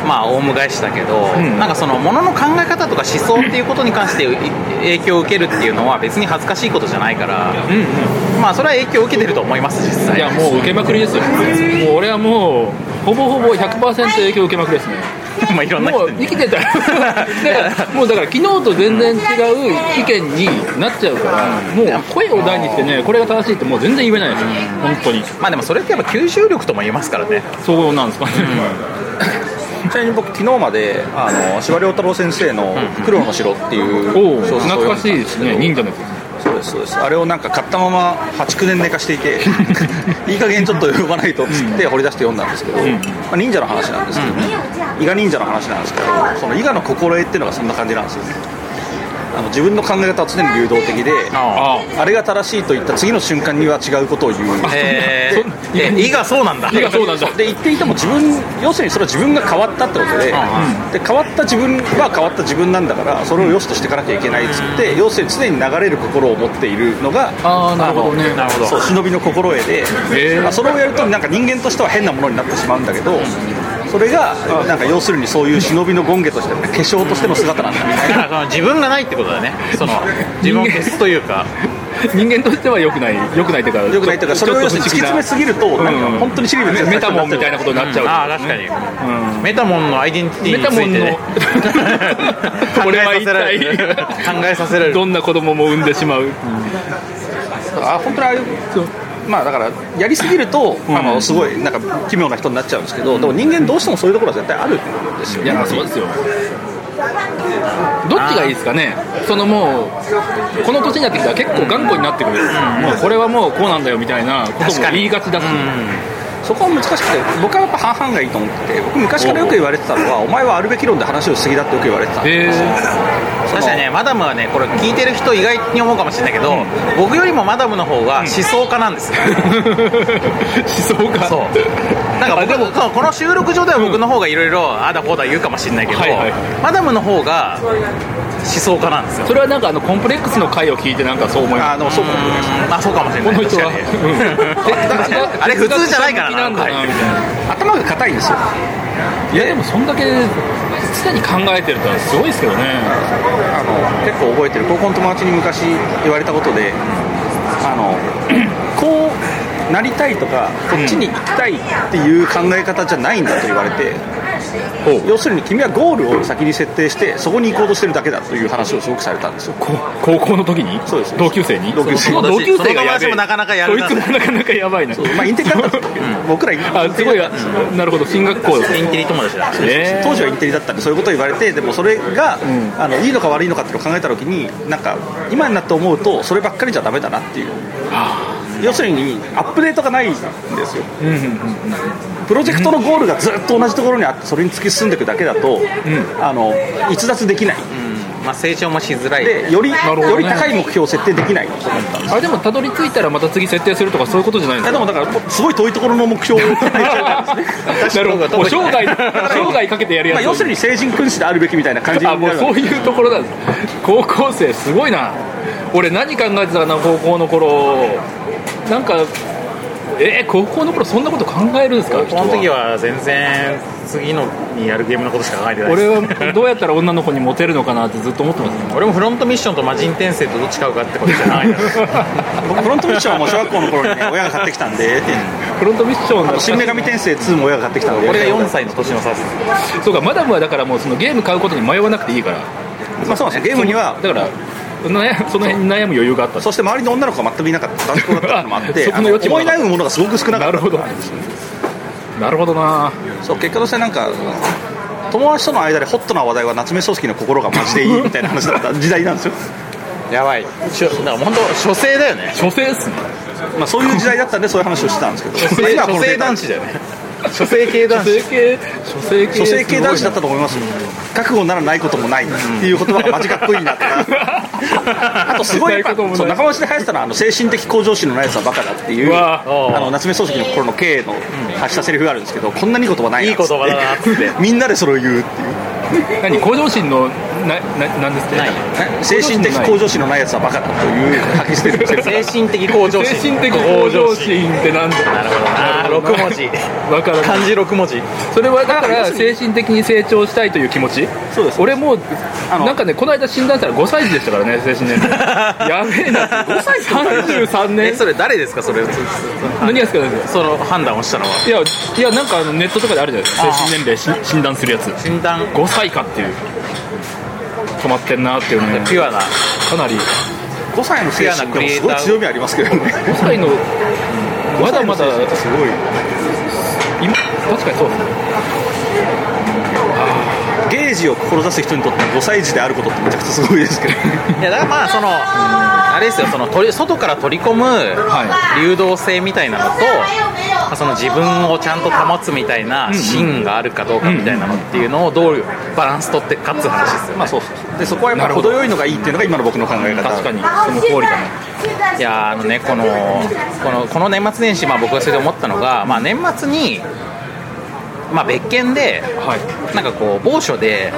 Speaker 2: まあオウム返しだけど、
Speaker 4: ん
Speaker 2: なんかそのものの考え方とか思想っていうことに関してい影響を受けるっていうのは別に恥ずかしいことじゃないから、
Speaker 4: うんうん
Speaker 2: まあそれは影響を受けてると思います実際
Speaker 4: いやもう受けまくりですよもう俺はもうほぼほぼ100%影響を受けまくりですね
Speaker 2: まあいろんな
Speaker 4: も
Speaker 2: 人
Speaker 4: う
Speaker 2: に
Speaker 4: 生きてた らだからもうだから昨日と全然違う意見になっちゃうからもう声を大にしてねこれが正しいってもう全然言えないですよ本当に
Speaker 2: まあでもそれってやっぱ吸収力とも言えますからね
Speaker 4: そうなんですかね、
Speaker 3: ちなみに僕昨日まであの司馬遼太郎先生の「黒の城」っていう
Speaker 4: おお
Speaker 3: 小説を
Speaker 4: 懐
Speaker 3: 読
Speaker 4: か
Speaker 3: ん
Speaker 4: しいですね忍者のやつですね
Speaker 3: そうですそうですあれをなんか買ったまま89年寝かしてい ていい加減ちょっと読まないとっつって掘り出して読んだんですけど、まあ、忍者の話なんですけど、伊賀忍者の話なんですけどその伊賀の心得っていうのがそんな感じなんですよねあの自分の考え方は常に流動的で
Speaker 4: あ
Speaker 3: あれが正しいと言った次の瞬間には違うことを言う
Speaker 2: へ
Speaker 4: そんなそんな
Speaker 2: え胃がそうなんだ
Speaker 4: あいやそうなんだ
Speaker 3: で言っていても自分要するにそれは自分が変わったってことで,、で変わった自分は変わった自分なんだからそれを良しとしていかなきゃいけないっつって、要するに常に流れる心を持っているのが
Speaker 4: あーなるほどね
Speaker 3: あの
Speaker 4: なるほど
Speaker 3: そう忍びの心得で、
Speaker 4: へー
Speaker 3: まあそれをやるとなんか人間としては変なものになってしまうんだけどそれがなんか要するにそういう忍びの権下としてのね化粧としての姿なんだみたいな
Speaker 2: だからその 自分がないってことだねその自分を消すというか
Speaker 4: 人間としては良くない良くないというか
Speaker 3: よくないというかそれを
Speaker 4: ちょ
Speaker 3: 要
Speaker 4: っ
Speaker 3: するに突き
Speaker 4: 不思議な
Speaker 3: 詰めすぎると、なんか本当にシリーズ
Speaker 4: メタモンみたいなことになっちゃう、
Speaker 2: ああ確かに、メタモンのアイデンティティ
Speaker 4: メ
Speaker 2: に
Speaker 4: タ
Speaker 2: つ
Speaker 4: モ
Speaker 2: い
Speaker 4: ン
Speaker 2: て、
Speaker 4: の
Speaker 2: ね、 考
Speaker 4: 俺
Speaker 2: え
Speaker 4: は
Speaker 2: さ
Speaker 4: 一
Speaker 2: せられる
Speaker 4: 体
Speaker 2: 考えさせられる
Speaker 4: どんな子供も産んでしまう
Speaker 3: あ本当にああいうまあだからやりすぎると、あのすごいなんか奇妙な人になっちゃうんですけど、でも人間どうしてもそういうところは絶対あるんですよ
Speaker 4: いやそうですよどっちがいいですかねそのもうこの年になってきたら結構頑固になってくる、もうこれはもうこうなんだよみたいなことも言いがちだし、
Speaker 3: そこは難しくて僕はやっぱ半々がいいと思ってて僕昔からよく言われてたのはお前はあるべき論で話をしすぎだってよく言われてたんで
Speaker 4: へ
Speaker 2: 確かにねマダムはねこれ聞いてる人意外に思うかもしれないけど、僕よりもマダムの方が思想家なんですよ、
Speaker 4: 思想が
Speaker 2: そうなんか僕でもこの収録上では僕の方がいろいろあだこうだ言うかもしれないけど、
Speaker 4: はいはい
Speaker 2: マダムの方が思想家なんですよ
Speaker 4: それはなんかあのコンプレックスの回を聞いてなんかそう思いま
Speaker 3: ああ
Speaker 4: す
Speaker 3: でもそうかもしれないです
Speaker 2: まあそうかもしれ
Speaker 4: こ
Speaker 2: ない
Speaker 4: の人は
Speaker 2: 確かに
Speaker 4: うん
Speaker 2: だからねあれ普通じゃないからな
Speaker 4: 哲学者向きんだ
Speaker 2: は
Speaker 4: ないみたいな
Speaker 3: 頭が硬いんですよ
Speaker 4: いやでもそんだけ常に考えてるってすごいですけどね
Speaker 3: あの結構覚えてる高校の友達に昔言われたことであの こうなりたいとかこっちに行きたいっていう考え方じゃないんだと言われて、要するに君はゴールを先に設定してそこに行こうとしてるだけだという話をすごくされたんですよ
Speaker 4: こ高校の時に
Speaker 3: そうです
Speaker 4: 同級生に
Speaker 3: 同級生
Speaker 4: その同級生がや
Speaker 2: そ
Speaker 4: べ
Speaker 2: の友達も
Speaker 4: え
Speaker 2: なかなかやるな
Speaker 4: そいつもなかなかやばいな
Speaker 3: まあインテリだったんですけど、僕らインテリだ
Speaker 4: あ
Speaker 3: った
Speaker 4: すごいやなるほど進学校
Speaker 2: インテリ友達だ
Speaker 4: ね
Speaker 3: 当時はインテリだったんでそういうことを言われてでもそれが、あのいいのか悪いのかっていうのを考えた時になんか今になって思うとそればっかりじゃダメだなっていう要するにアップデートがないんですよ
Speaker 4: うんうん
Speaker 3: プロジェクトのゴールがずっと同じところにあってそれに突き進んでいくだけだと、あの逸脱できない
Speaker 2: まあ成長もしづらい
Speaker 3: でより、
Speaker 4: るほどね
Speaker 3: より高い目標を設定できないと思ったんです
Speaker 4: あれでもたどり着いたらまた次設定するとかそういうことじゃない ん
Speaker 3: い
Speaker 4: で
Speaker 3: や
Speaker 4: す
Speaker 3: で
Speaker 4: か
Speaker 3: もだからすごい遠いところの目 標を設定しちゃったんですね
Speaker 4: なるほどもう生涯 生涯かけてやるや
Speaker 3: まあ
Speaker 4: つ
Speaker 3: 要するに成人君子であるべきみたいな感じ
Speaker 4: あ
Speaker 3: に
Speaker 4: もう
Speaker 3: なる
Speaker 4: そういうところなんです高校生すごいな俺何考えてたかな高校の頃なんかえー高校の頃そんなこと考えるんですか人
Speaker 2: この時は全然次のにやるゲームのことしか考えてない
Speaker 4: 俺
Speaker 2: は
Speaker 4: はどうやったら女の子にモテるのかなってずっと思ってます
Speaker 2: 俺もフロントミッションと魔人転生とどっち買うかってことじゃないな
Speaker 3: 僕フロントミッションはもう小学校の頃にね親が買ってきたんでって
Speaker 4: フロントミッション
Speaker 3: あ
Speaker 4: の
Speaker 3: の新女神転生2も親が買ってきたんで
Speaker 2: 俺が4歳の年の差です
Speaker 4: そうかマダムはだからもうそのゲーム買うことに迷わなくていいから
Speaker 3: まあそうなんですよゲームには
Speaker 4: だから悩その辺に悩む余裕があった
Speaker 3: そして周りの女の子が全くいなかった男子だったのもあって
Speaker 4: そこの余地も
Speaker 3: 思い悩むものがすごく少なか
Speaker 4: な
Speaker 3: っ
Speaker 4: るほどなるほどな
Speaker 3: たそう結果としてなんか友達との間でホットな話題は夏目漱石の心がマジでいいみたいな話だった時代なんですよ、
Speaker 2: やばいしょだから本当初生だよね
Speaker 4: 女性っすね
Speaker 3: まあ、そういう時代だったんでそういう話をしてたんですけど
Speaker 2: 初生
Speaker 3: 今はこの
Speaker 2: 初生男子だよね初生系
Speaker 4: 女
Speaker 2: 男子
Speaker 4: 性系女性系
Speaker 3: 女性系男子だっ
Speaker 4: った
Speaker 3: と思いますよ覚悟ならないこともないっていう言葉がマジかっこいいなとか あとすごいやっぱ
Speaker 4: ないこともない
Speaker 3: そう仲間内で流行ってたのはあの精神的向上心のないやつはバカだっていうう
Speaker 4: わ
Speaker 3: あの夏目漱石の頃の経営の発したセリフがあるんですけどこんなにいい言葉ない
Speaker 2: いい言葉だなっつって
Speaker 3: みんなでそれを言うっていう
Speaker 4: 何向上心のなななんですか
Speaker 2: ない
Speaker 3: 精神的向上心のないやつはバカだという吐き捨てるセリフ
Speaker 2: 精神的向上心
Speaker 4: 精神的向上心ってなんだ
Speaker 2: なるほどな6
Speaker 4: な
Speaker 2: 文字
Speaker 4: わからない
Speaker 2: 漢字6文字
Speaker 4: それはだから精神的に成長したいという気持ち
Speaker 3: そうです
Speaker 4: 俺もう
Speaker 3: あの
Speaker 4: なんかねこの間診断したら5歳児でしたからね精神年齢やべえな5歳児33
Speaker 2: え
Speaker 4: 年
Speaker 2: それ誰ですかそれ
Speaker 4: 何がですかね
Speaker 2: その判断をしたのはい
Speaker 4: やいやなんかあのネットとかであるじゃないですか精神年齢し診断するやつ
Speaker 2: 診断
Speaker 4: 5歳かっていう止まってんなっていうのね
Speaker 2: ピュアな
Speaker 4: かなり5
Speaker 3: 5歳の精神でもすごい強みありますけどね
Speaker 4: 歳のまだ まだ
Speaker 3: 5歳の精神ってすごい
Speaker 4: 今確かにそうですね
Speaker 3: ゲージを志す人にとって5歳児であることってめちゃくちゃすごいですけどね
Speaker 2: いやだからまあそのあれですよその取り外から取り込む
Speaker 4: は
Speaker 2: 流動性みたいなのと、まあその自分をちゃんと保つみたいな芯があるかどうかみたいなのっていうのをどうバランス取ってかっつう話ですよ、ね、
Speaker 3: まあそうそうでそこはやっぱり程よいのがいいっていうのが今の僕の考え方
Speaker 4: 確かにその通りだね
Speaker 2: いやーあのねこのこのこの年末年始、まあ、僕がそれで思ったのが、まあ、年末に、まあ、別件で
Speaker 4: はい
Speaker 2: なんかこう某所で、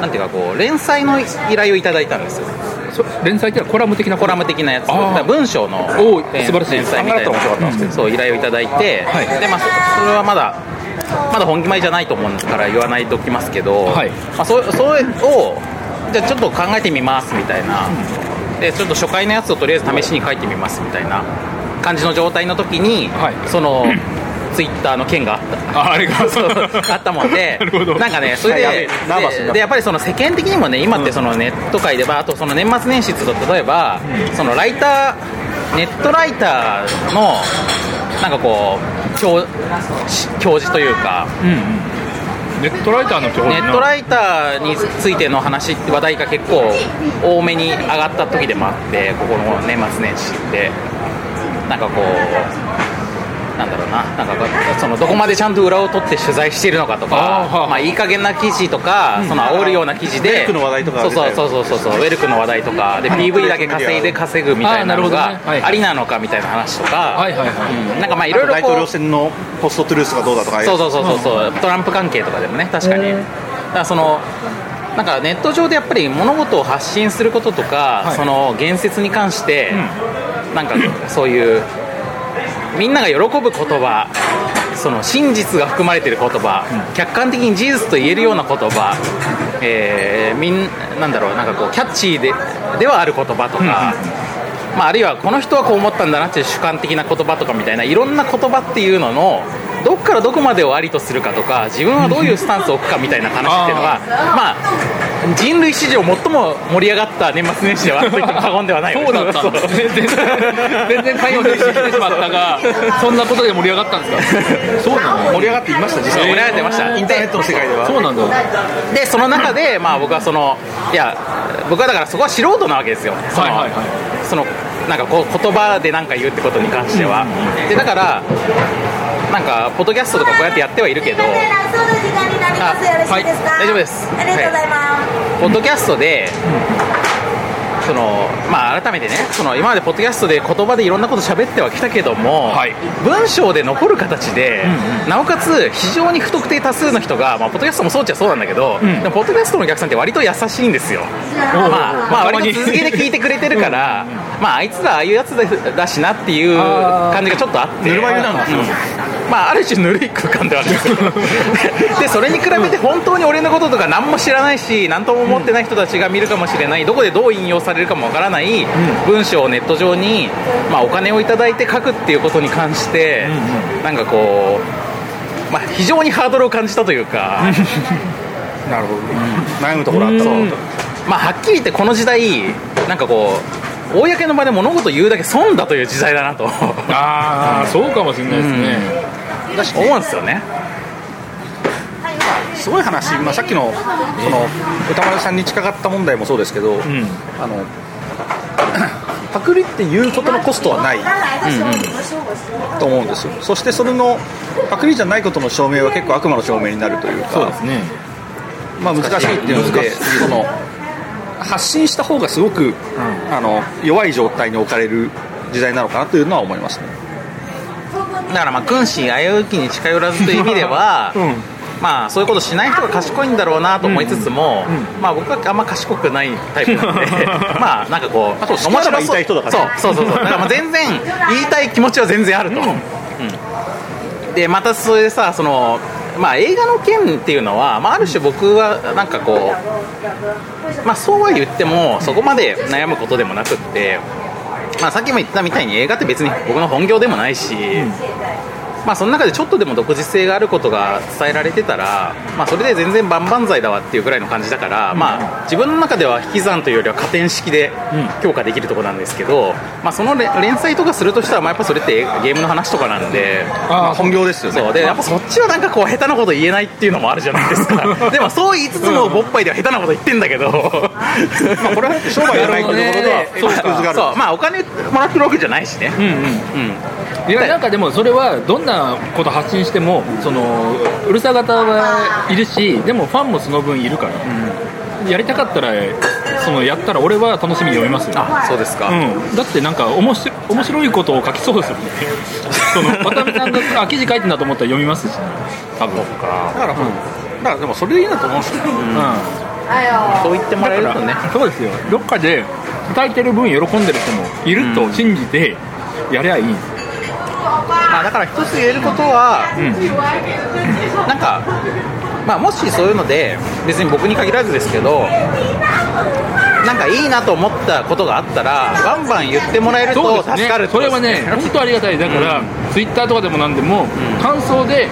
Speaker 2: なんていうかこう連載の依頼をいただいたんですよ
Speaker 4: そ連載ってのはコラム的な
Speaker 2: コラム的なやつ
Speaker 4: あー
Speaker 2: だから文章の
Speaker 4: おー
Speaker 2: 連
Speaker 4: 素晴らしい
Speaker 2: 連載みたいな
Speaker 4: 考えたら面白かったんですけど
Speaker 2: そう依頼をいただいて、
Speaker 4: はい
Speaker 2: でまあ、そそれはまだまだ本気前じゃないと思うから言わないときますけど、
Speaker 4: はい
Speaker 2: まあ、そそれをじゃあちょっと考えてみますみたいな、でちょっと初回のやつをとりあえず試しに書いてみますみたいな感じの状態の時に、
Speaker 4: はい
Speaker 2: そのツイッターの件があった。
Speaker 4: ああれが
Speaker 2: そうあったもんで
Speaker 4: なるほど
Speaker 2: なんかねそれ
Speaker 3: いややべ
Speaker 2: で
Speaker 3: えナーバスにな
Speaker 2: で
Speaker 3: る
Speaker 2: でやっぱりその世間的にもね今ってそのネット界ではあとその年末年始って言うと例えば、そのライターネットライターのなんかこう教教授というか
Speaker 4: うんうんネットライターの教
Speaker 2: ネット
Speaker 4: イ
Speaker 2: ライターについての話話題が結構多めに上がった時でもあってここの年末年始ってなんかこうなんだろうななんかそのどこまでちゃんと裏を取って取材しているのかとか
Speaker 4: あーはあ
Speaker 2: まあ、いい加減な記事とか、その煽るような記事で
Speaker 3: ウェルクの話題とか
Speaker 2: そうそう
Speaker 3: 出た
Speaker 2: そうそうそうウェルクの話題とかで PV だけ稼いで稼ぐみたいなの
Speaker 4: あーなる
Speaker 2: が
Speaker 4: ほどねはい
Speaker 2: ありなのかみたいな話とか、
Speaker 4: はいはいはい
Speaker 2: うんなんかまあい
Speaker 3: あ
Speaker 2: ろい
Speaker 3: と
Speaker 2: ろ
Speaker 3: 大
Speaker 2: こ
Speaker 3: 統領
Speaker 2: う
Speaker 3: 選のポストトゥルースがどうだとか
Speaker 2: そうそうそうそうそう、トランプ関係とかでもね確かに、だからそのなんかネット上でやっぱり物事を発信することとか、
Speaker 4: はい
Speaker 2: その言説に関して、なんかそういうみんなが喜ぶ言葉その真実が含まれている言葉、客観的に事実と言えるような言葉、えーみんなんだろうなんかこうキャッチーでではある言葉とか、まあ、あるいはこの人はこう思ったんだなっていう主観的な言葉とかみたいないろんな言葉っていうののどこからどこまでをありとするかとか自分はどういうスタンスを置くかみたいな話っていうのがまあ人類史上最も盛り上がった年末年始ではあったと言っても過言ではないよね
Speaker 4: そうだったんです ね全然全然関与してしまったがそんなことで盛り上がったんですかそうなの
Speaker 3: 盛り上がっていました実
Speaker 2: そう盛
Speaker 3: 際
Speaker 2: り上がってました
Speaker 3: インターネットの世界では
Speaker 4: そうなんだ
Speaker 2: でその中で、まあ、僕はそのいや僕はだからそこは素人なわけですよその,、
Speaker 4: はいはいは
Speaker 2: そのなんかこう言葉で何か言うってことに関しては、でだからなんかポッドキャストとかこうやってやってはいるけど
Speaker 5: そうの時間になります。よろしいです
Speaker 2: あ
Speaker 5: か。
Speaker 2: はい大丈夫です
Speaker 5: ありがとうございます。
Speaker 2: ポッドキャストで、そのまあ、改めてねその今までポッドキャストで言葉でいろんなこと喋ってはきたけども、
Speaker 4: はい
Speaker 2: 文章で残る形で、なおかつ非常に不特定多数の人が、まあ、ポッドキャストもそうっちゃそうなんだけど、
Speaker 4: ん
Speaker 2: でもポッドキャストのお客さんって割と優しいんですよ、
Speaker 4: おう
Speaker 2: まあ、まあ
Speaker 4: たまに
Speaker 2: 割と続けて聞いてくれてるから、まあ、あいつらああいうやつだしなっていう
Speaker 4: あー
Speaker 2: 感じがちょっとあって
Speaker 3: ぬるま湯なんですよ
Speaker 2: まあ、ある種ぬるい空間ではあるんですけ どでそれに比べて本当に俺のこととか何も知らないし何とも思ってない人たちが見るかもしれないどこでどう引用されるかもわからない文章をネット上に、まあ、お金をいただいて書くっていうことに関して、なんかこう、まあ、非常にハードルを感じたというか。
Speaker 3: なるほど悩むところあった
Speaker 2: うんまあ、はっきり言ってこの時代なんかこう公の場で物事を言うだけ損だという時代だなと
Speaker 4: ああそうかもしれないですね、
Speaker 2: 思うんですよね
Speaker 3: すごい話、まあ、さっきのその歌丸さんに近かった問題もそうですけど、あの パクリっていうことのコストはないと思うんですよそしてそれのパクリじゃないことの証明は結構悪魔の証明になるというか
Speaker 4: ね
Speaker 3: まあ、難しいっていうのでその発信した方がすごく、あの弱い状態に置かれる時代なのかなというのは思いますね
Speaker 2: だからまあ君子危うきに近寄らずという意味では、まあそういうことしない人が賢いんだろうなと思いつつも、まあ僕はあんま賢くないタイプ なんでまあなんかこう
Speaker 3: あと好きなのが言いたい人だからね
Speaker 2: そうそうそうそうだからまあ全然言いたい気持ちは全然あると、うんでまたそれでさそのまあ映画の件っていうのは、まあ、ある種僕はなんかこうまあそうは言ってもそこまで悩むことでもなくってまあ、さっきも言ったみたいに映画って別に僕の本業でもないし、まあ、その中でちょっとでも独自性があることが伝えられてたら、まあ、それで全然万々歳だわっていうぐらいの感じだから、まあ、自分の中では引き算というよりは加点式で強化できるところなんですけど、まあ、その連連載とかするとしたら、まあ、やっぱそれってゲームの話とかなんで。
Speaker 3: まあ、本業ですよね
Speaker 2: そうでやっぱそっちはなんかこう下手なこと言えないっていうのもあるじゃないです かでもそう言いつつも勃発では下手なこと言ってんだけど
Speaker 3: まあ、これは商売じゃないというところが
Speaker 4: なるほ
Speaker 3: エクスクーズがある
Speaker 2: そうまあお金もらってるわけじゃないしね、うん
Speaker 4: いやなんかでもそれはどんなこと発信してもそのうるさ型はいるしでもファンもその分いるから、やりたかったらそのやったら俺は楽しみに読みますよ
Speaker 2: あそうですか、
Speaker 4: うん、だってなんか面白面白いことを書きそうですよねその渡辺さんがあ記事書いてんだと思ったら読みます し、ね、多分
Speaker 3: だから、だからでもそれでいいなと思うんですよ、
Speaker 4: うん、
Speaker 2: そう言ってもらえるとね
Speaker 4: そうですよどっかで叩いてる分喜んでる人もいると信じてやりゃいい、
Speaker 2: まあ、だから一つ言えることは、なんか、まあ、もしそういうので別に僕に限らずですけどなんかいいなと思ったことがあったらバンバン言ってもらえる
Speaker 4: そう
Speaker 2: と
Speaker 4: です
Speaker 2: 助
Speaker 4: ね
Speaker 2: かるってこ
Speaker 4: そ
Speaker 2: と
Speaker 4: れ
Speaker 2: です
Speaker 4: はね本当ありがたいだから、
Speaker 2: うん
Speaker 4: ツイッターとかでも何でも、感想で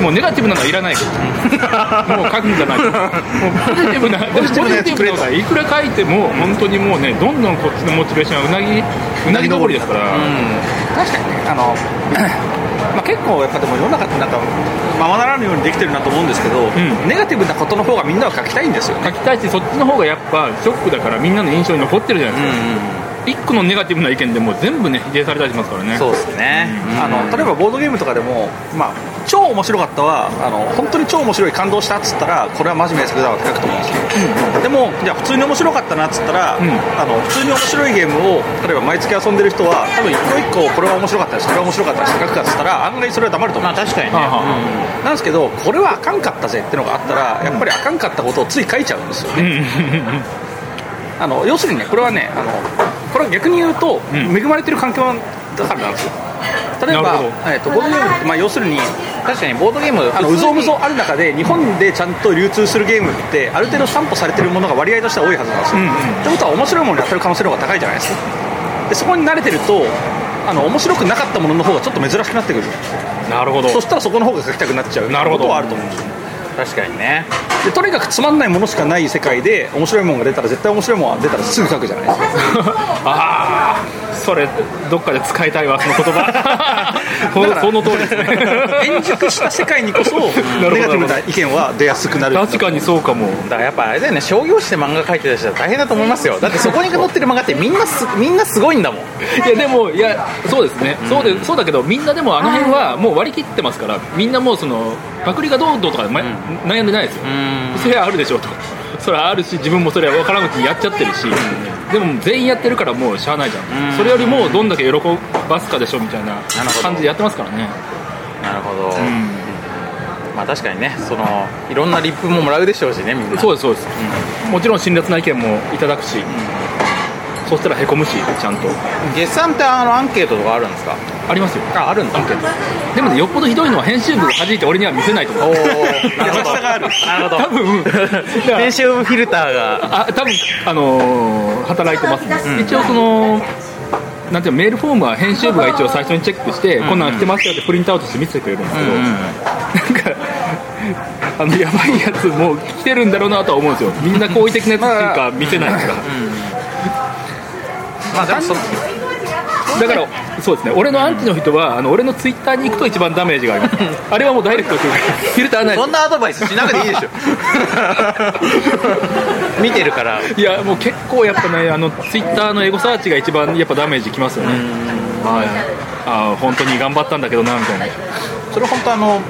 Speaker 4: もうネガティブなのはいらないからもう書くんじゃないもうポジティブなでもポジ
Speaker 3: ティブなや
Speaker 4: テ
Speaker 3: つく
Speaker 4: ィブ
Speaker 3: れ
Speaker 4: な
Speaker 3: と
Speaker 4: のがいくら書いても本当にもうねどんどんこっちのモチベーションはうなぎうなぎ登りですから、
Speaker 3: 確かにねあの まあ結構やっぱでも世の中ってなんかままならぬようにできてるなと思うんですけど、
Speaker 4: ん
Speaker 3: ネガティブなことの方がみんなは書きたいんですよね
Speaker 4: 書きたいしそっちの方がやっぱショックだからみんなの印象に残ってるじゃないですか、一個のネガティブな意見でもう全部ね否定されたりしますからね
Speaker 3: そうですね、あの例えばボードゲームとかでも、まあ、超面白かったはあの本当に超面白い感動したっつったらこれはマジ名作だわってなると思うんですよ、でもじゃあ普通に面白かったなっつったら、
Speaker 4: ん
Speaker 3: あの普通に面白いゲームを例えば毎月遊んでる人は多分一個一個これは面白かったですこれは面白かったですって書くかっつったら案外それは黙ると思
Speaker 2: ま
Speaker 3: う
Speaker 2: あ確かにね
Speaker 4: はあはあ
Speaker 3: なんですけどこれはあかんかったぜってのがあったらやっぱりあかんかったことをつい書いちゃうんですよね、あの要するにねこれはねあのこれは逆に言うと、
Speaker 4: ん
Speaker 3: 恵まれてる環境だからなんですよ例え
Speaker 4: なる
Speaker 3: ば
Speaker 4: ほど、
Speaker 3: えっとボードゲームって、まあ、要するに
Speaker 2: 確かにボードゲーム
Speaker 3: あのうぞうむぞうある中で日本でちゃんと流通するゲームってある程度担保されてるものが割合としては多いはずなんですよ、
Speaker 4: うんうん
Speaker 3: ってことは面白いものに当たる可能性の方が高いじゃないですかでそこに慣れてるとあの面白くなかったものの方がちょっと珍しくなってくる
Speaker 4: なるほど
Speaker 3: そしたらそこの方が書きたくなっちゃう
Speaker 4: なるほど
Speaker 3: ことはあると思うんですよ
Speaker 2: 確かにね
Speaker 3: でとにかくつまんないものしかない世界で面白いものが出たら絶対面白いものが出たらすぐ書くじゃない ですか
Speaker 4: ああそれどっかで使いたいわその言 葉ほ
Speaker 3: だから
Speaker 4: その通りですね
Speaker 3: 円熟した世界にこそ ネ
Speaker 4: ど
Speaker 3: ガティブな意見は出やすくなる
Speaker 4: 確かにそうかも
Speaker 2: だからやっぱあれだよね商業誌で漫画描いてた人は大変だと思いますよだってそこに載ってる漫画ってみんなす みんなすごいんだもん
Speaker 4: いやでもいやそうですね、そうでそうだけどみんなでもあの辺はもう割り切ってますからみんなもうそのパクリがどうどうとか、ま悩んでないですよ、それはあるでしょうとそれはあるし自分もそれは分からんうちにやっちゃってるし、でも全員やってるからもうしゃあないじゃん、それよりもどんだけ喜ばすかでしょみたいな
Speaker 2: るほど
Speaker 4: 感じでやってますからね
Speaker 2: なるほど、まあ確かにねそのいろんなリップももらうでしょうしねみんな
Speaker 4: そうですそうです、もちろん辛辣な意見もいただくし、そしたらへこむしちゃんと
Speaker 2: 月産ってあのアンケートとかあるんですか
Speaker 4: ありますよ
Speaker 2: ああるんだ
Speaker 4: でもねよっぽどひどいのは編集部が弾いて俺には見せないと思 う
Speaker 2: おおなるほど
Speaker 3: がある
Speaker 2: なるほど
Speaker 4: 多分
Speaker 2: 編集部フィルターが
Speaker 4: あ多分あのー働いてますね、一応そのなんていうのメールフォームは編集部が一応最初にチェックして、こんなん来てますよってプリントアウトして見せてくれるんですけど、なんかあのやばいやつもう来てるんだろうなとは思うんですよみんな好意的なやつしか見せないから、
Speaker 2: まあでもその
Speaker 4: だからそうですね俺のアンチの人はあの俺のツイッターに行くと一番ダメージがありますあれはもうダイレクトに来るからフィルターない
Speaker 2: そんなアドバイスしなくていいでし ょ見てるから
Speaker 4: いやもう結構やっぱねあのツイッターのエゴサーチが一番やっぱダメージきますよねはいああ本当に頑張ったんだけどなみたいな
Speaker 3: それ本当あの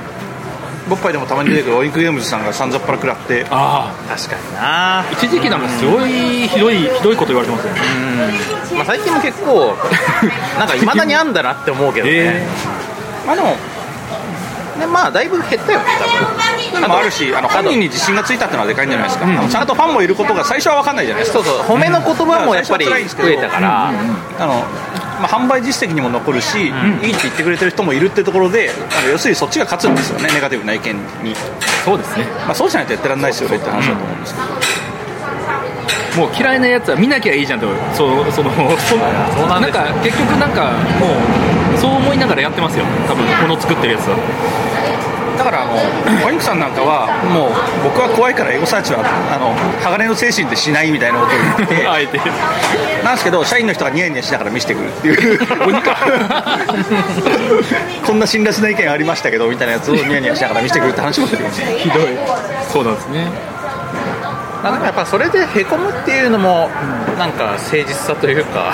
Speaker 3: 僕ぱいでもたまに出てくるオインクゲームズさんがさんざっぱら食らって
Speaker 4: あ
Speaker 2: 確かにな
Speaker 4: あ一時期なんかすごいひどいひどいこと言われてますよね
Speaker 2: まあ、最近も結 構なんかいまだにあんだなって思うけどね、まあでも でまあだいぶ減ったよね
Speaker 3: のもあるしあの本人に自信がついたってのはでかいんじゃないですか、あのちゃんとファンもいることが最初は分かんないじゃないですか
Speaker 2: そうそう褒めの言葉もやっぱり増えたから、
Speaker 3: あのまあ、販売実績にも残るし、いいって言ってくれてる人もいるってところであの要するにそっちが勝つんですよねネガティブな意見に、
Speaker 4: そうですね
Speaker 3: まあ、そうじゃないとやってらんないですよねって話だと思うんですけど、
Speaker 4: もう嫌いなやつは見なきゃいいじゃんってそうそのそ
Speaker 2: そうなん
Speaker 4: なん
Speaker 2: ですよ
Speaker 4: か結局なんかもうそう思いながらやってますよ多分この作ってるやつは
Speaker 3: だからあのお肉さんなんかはもう僕は怖いからエゴサーチはあの鋼の精神でしないみたいなことを言って
Speaker 4: あえて
Speaker 3: なんですけど社員の人がニヤニヤしながら見せてくるって いう
Speaker 4: 鬼か
Speaker 3: こんな辛辣な意見ありましたけどみたいなやつをニヤニヤしながら見せてくるって話も出てくるし
Speaker 4: ひどいそうなんですね
Speaker 2: まあ、でもやっぱそれでへこむっていうのもなんか誠実さというか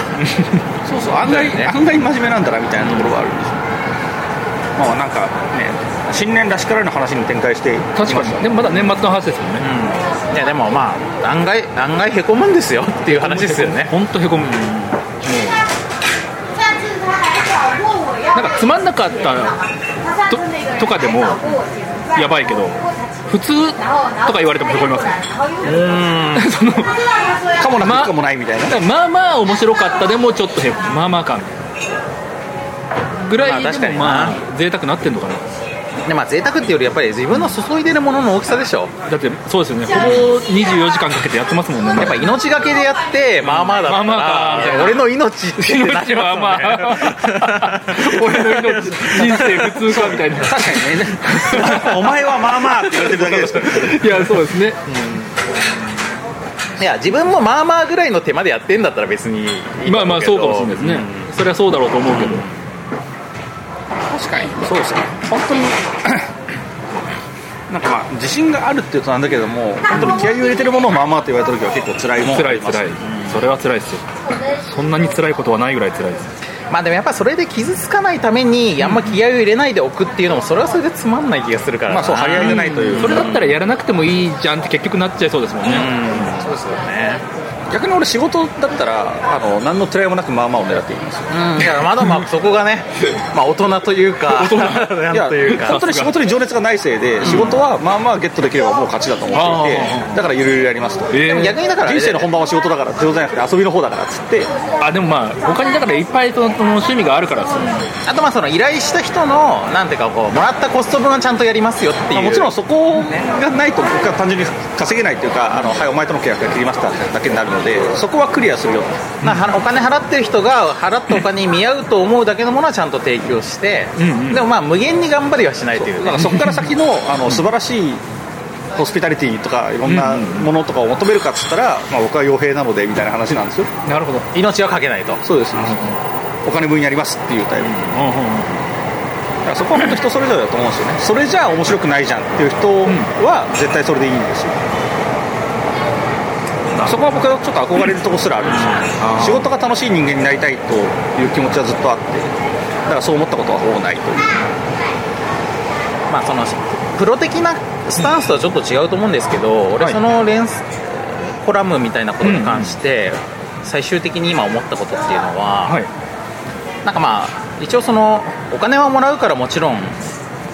Speaker 3: そうそう案外,、案外真面目なんだなみたいなところがあるんですよまあなんかね新年らしからぬ話に展開していま
Speaker 4: 確
Speaker 3: し
Speaker 4: か
Speaker 3: た
Speaker 4: にでもまだ年末の話ですもんね
Speaker 2: いやでもまあ案外案外へこむんですよっていう話ですよね
Speaker 4: 本当へこむ、もうなんかつまんなかったととかでもやばいけど普通とか言われてもへこみますね その
Speaker 3: かもな
Speaker 4: まあ
Speaker 3: くかもないみたいな、
Speaker 4: まあまあ面白かったでもちょっとへこむまあまあかみたいなぐらい
Speaker 2: まあ確か
Speaker 4: でも
Speaker 2: にな
Speaker 4: まあ贅沢なってんのかな
Speaker 2: でまあ贅沢っていうよりやっぱり自分の注いでるものの大きさでしょ
Speaker 4: だってそうですよねほぼ24時間かけてやってますもんね
Speaker 2: やっぱ命がけでやってまあまあだったら、
Speaker 4: まあまあか
Speaker 2: いや俺の命ってなり ます
Speaker 4: 命
Speaker 2: よね
Speaker 4: はまあ 俺の命人生普通かみたいな
Speaker 3: 確かにねお前はまあまあって言われてるだけですから
Speaker 4: いやそうですね
Speaker 2: いや自分もまあまあぐらいの手間でやってんだったら別にいいと思うけど
Speaker 4: まあまあそうかもしれないですね、それはそうだろうと思うけど、
Speaker 3: 確かにそうですね本当になんかまあ自信があるっていうとなんだけども本当に気合いを入れてるものをまあまあって言われた時は結構辛いもん
Speaker 4: 辛い辛い、それは辛いですよそんなに辛いことはないぐらい辛いです
Speaker 2: まあでもやっぱそれで傷つかないためにあんま気合を入れないでおくっていうのもそれはそれでつまんない気がするから
Speaker 3: まあそう張り合いじゃないという
Speaker 4: それだったらやらなくてもいいじゃんって結局なっちゃいそうですもんね、
Speaker 2: そうですよね
Speaker 3: 逆に俺仕事だったらあの何の辛いもなくまあまあを狙っていいんですよ
Speaker 2: うんいやまだまあそこがね まあ大人というか大人なんというか
Speaker 3: 本当に仕事に情熱がないせいで仕事はまあまあゲットできればもう勝ちだと思っていてだからゆるゆるやりますと、
Speaker 4: えー
Speaker 3: でも逆にだから人生の本番は仕事だから仕事じゃなくて遊びの方だからっつって
Speaker 4: あでもまあ他にだからいっぱいそのその趣味があるからですよ
Speaker 2: あとまあその依頼した人のなんていうかこうもらったコスト分はちゃんとやりますよってい
Speaker 3: ま
Speaker 2: う
Speaker 3: あ、もちろんそこがないと僕は単純に稼げないっていうかあのはいお前との契約が切りましただけになるのでそこはクリアするよ
Speaker 2: まあはお金払ってる人が払ったお金に見合うと思うだけのものはちゃんと提供して
Speaker 4: んうん
Speaker 2: でもまあ無限に頑張りはしないという
Speaker 3: なんかそこから先のあの素晴らしいホスピタリティとかいろんなものとかを求めるかっつったら、まあ、僕は傭兵なのでみたいな話なんですよ
Speaker 4: なるほどうん
Speaker 2: 命はかけないと
Speaker 3: そうですお金分やりますっていうタイプだ
Speaker 4: う
Speaker 3: からそこは本当人それぞれだと思うんですよねそれじゃあ面白くないじゃんっていう人は絶対それでいいんですよそこは僕はちょっと憧れるとこすらあるんですよ
Speaker 4: あー
Speaker 3: 仕事が楽しい人間になりたいという気持ちはずっとあってだからそう思ったことはほぼないという
Speaker 2: まあそのプロ的なスタンスとはちょっと違うと思うんですけど、俺その連鎖コラムみたいなことに関して、最終的に今思ったことっていうのは、
Speaker 4: はい
Speaker 2: なんかまあ一応そのお金はもらうからもちろん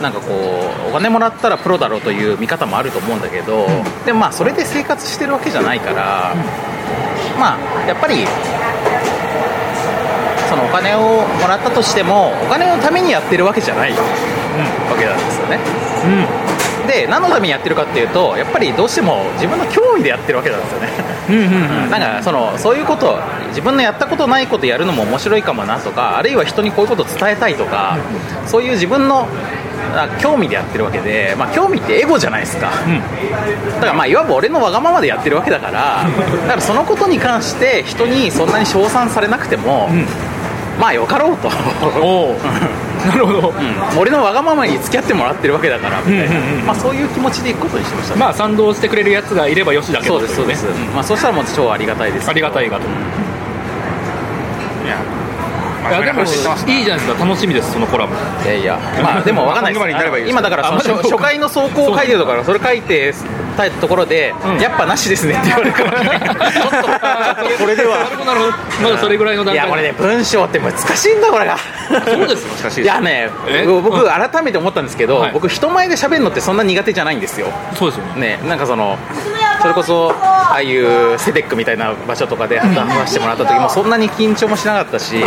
Speaker 2: なんかこうお金もらったらプロだろうという見方もあると思うんだけど、でもまあそれで生活してるわけじゃないから、まあやっぱりそのお金をもらったとしてもお金のためにやってるわけじゃない、わけなんですよね
Speaker 4: んうん
Speaker 2: で何のためにやってるかっていうとやっぱりどうしても自分の興味でやってるわけなんですよね
Speaker 4: うんうんうん
Speaker 2: なんかそのそういうこと自分のやったことないことやるのも面白いかもなとかあるいは人にこういうこと伝えたいとかそういう自分のあ興味でやってるわけで、まあ、興味ってエゴじゃないですか、だからまあいわば俺のわがままでやってるわけだからだからそのことに関して人にそんなに称賛されなくても、
Speaker 4: ん
Speaker 2: まあよかろうと
Speaker 4: おお なるほど、
Speaker 2: 俺のわがままに付き合ってもらってるわけだからみたいな、
Speaker 4: うんうんうん
Speaker 2: まあ、そういう気持ちでいくことにしてましたね
Speaker 4: まあ賛同してくれるやつがいればよしだけ
Speaker 2: そ
Speaker 4: ど
Speaker 2: うですそうです、
Speaker 4: といね
Speaker 2: まあ、そうしたらもう超ありがたいです
Speaker 4: ありがたいがとい
Speaker 3: まあ
Speaker 4: やでもいい
Speaker 3: 知って
Speaker 4: じゃ
Speaker 3: ます
Speaker 4: ないですか楽しみですそのコラム
Speaker 2: いやいやまあでもわかんないです
Speaker 3: 本組までになればいいです
Speaker 2: 今だからその
Speaker 4: あまだ
Speaker 2: 初初回の走行を書いてるところそれ書いてたところで、
Speaker 4: ん
Speaker 2: やっぱなしですねって言われるかもし れない
Speaker 3: これでは
Speaker 4: なるほどなるほどまだそれぐらいの段
Speaker 2: い
Speaker 4: 階
Speaker 2: やこれね文章って難しいんだこれが
Speaker 4: そうですよ
Speaker 3: 難しい
Speaker 2: い
Speaker 3: です
Speaker 2: やね
Speaker 4: え
Speaker 2: 僕
Speaker 4: うん
Speaker 2: 改めて思ったんですけど、
Speaker 4: はい
Speaker 2: 僕人前で喋るのってそんな苦手じゃないんですよ
Speaker 4: そうですよね
Speaker 2: ねなんかそのそれこそああいうセテックみたいな場所とかで話してもらった時もそんなに緊張もしなかったし、
Speaker 4: ん
Speaker 2: な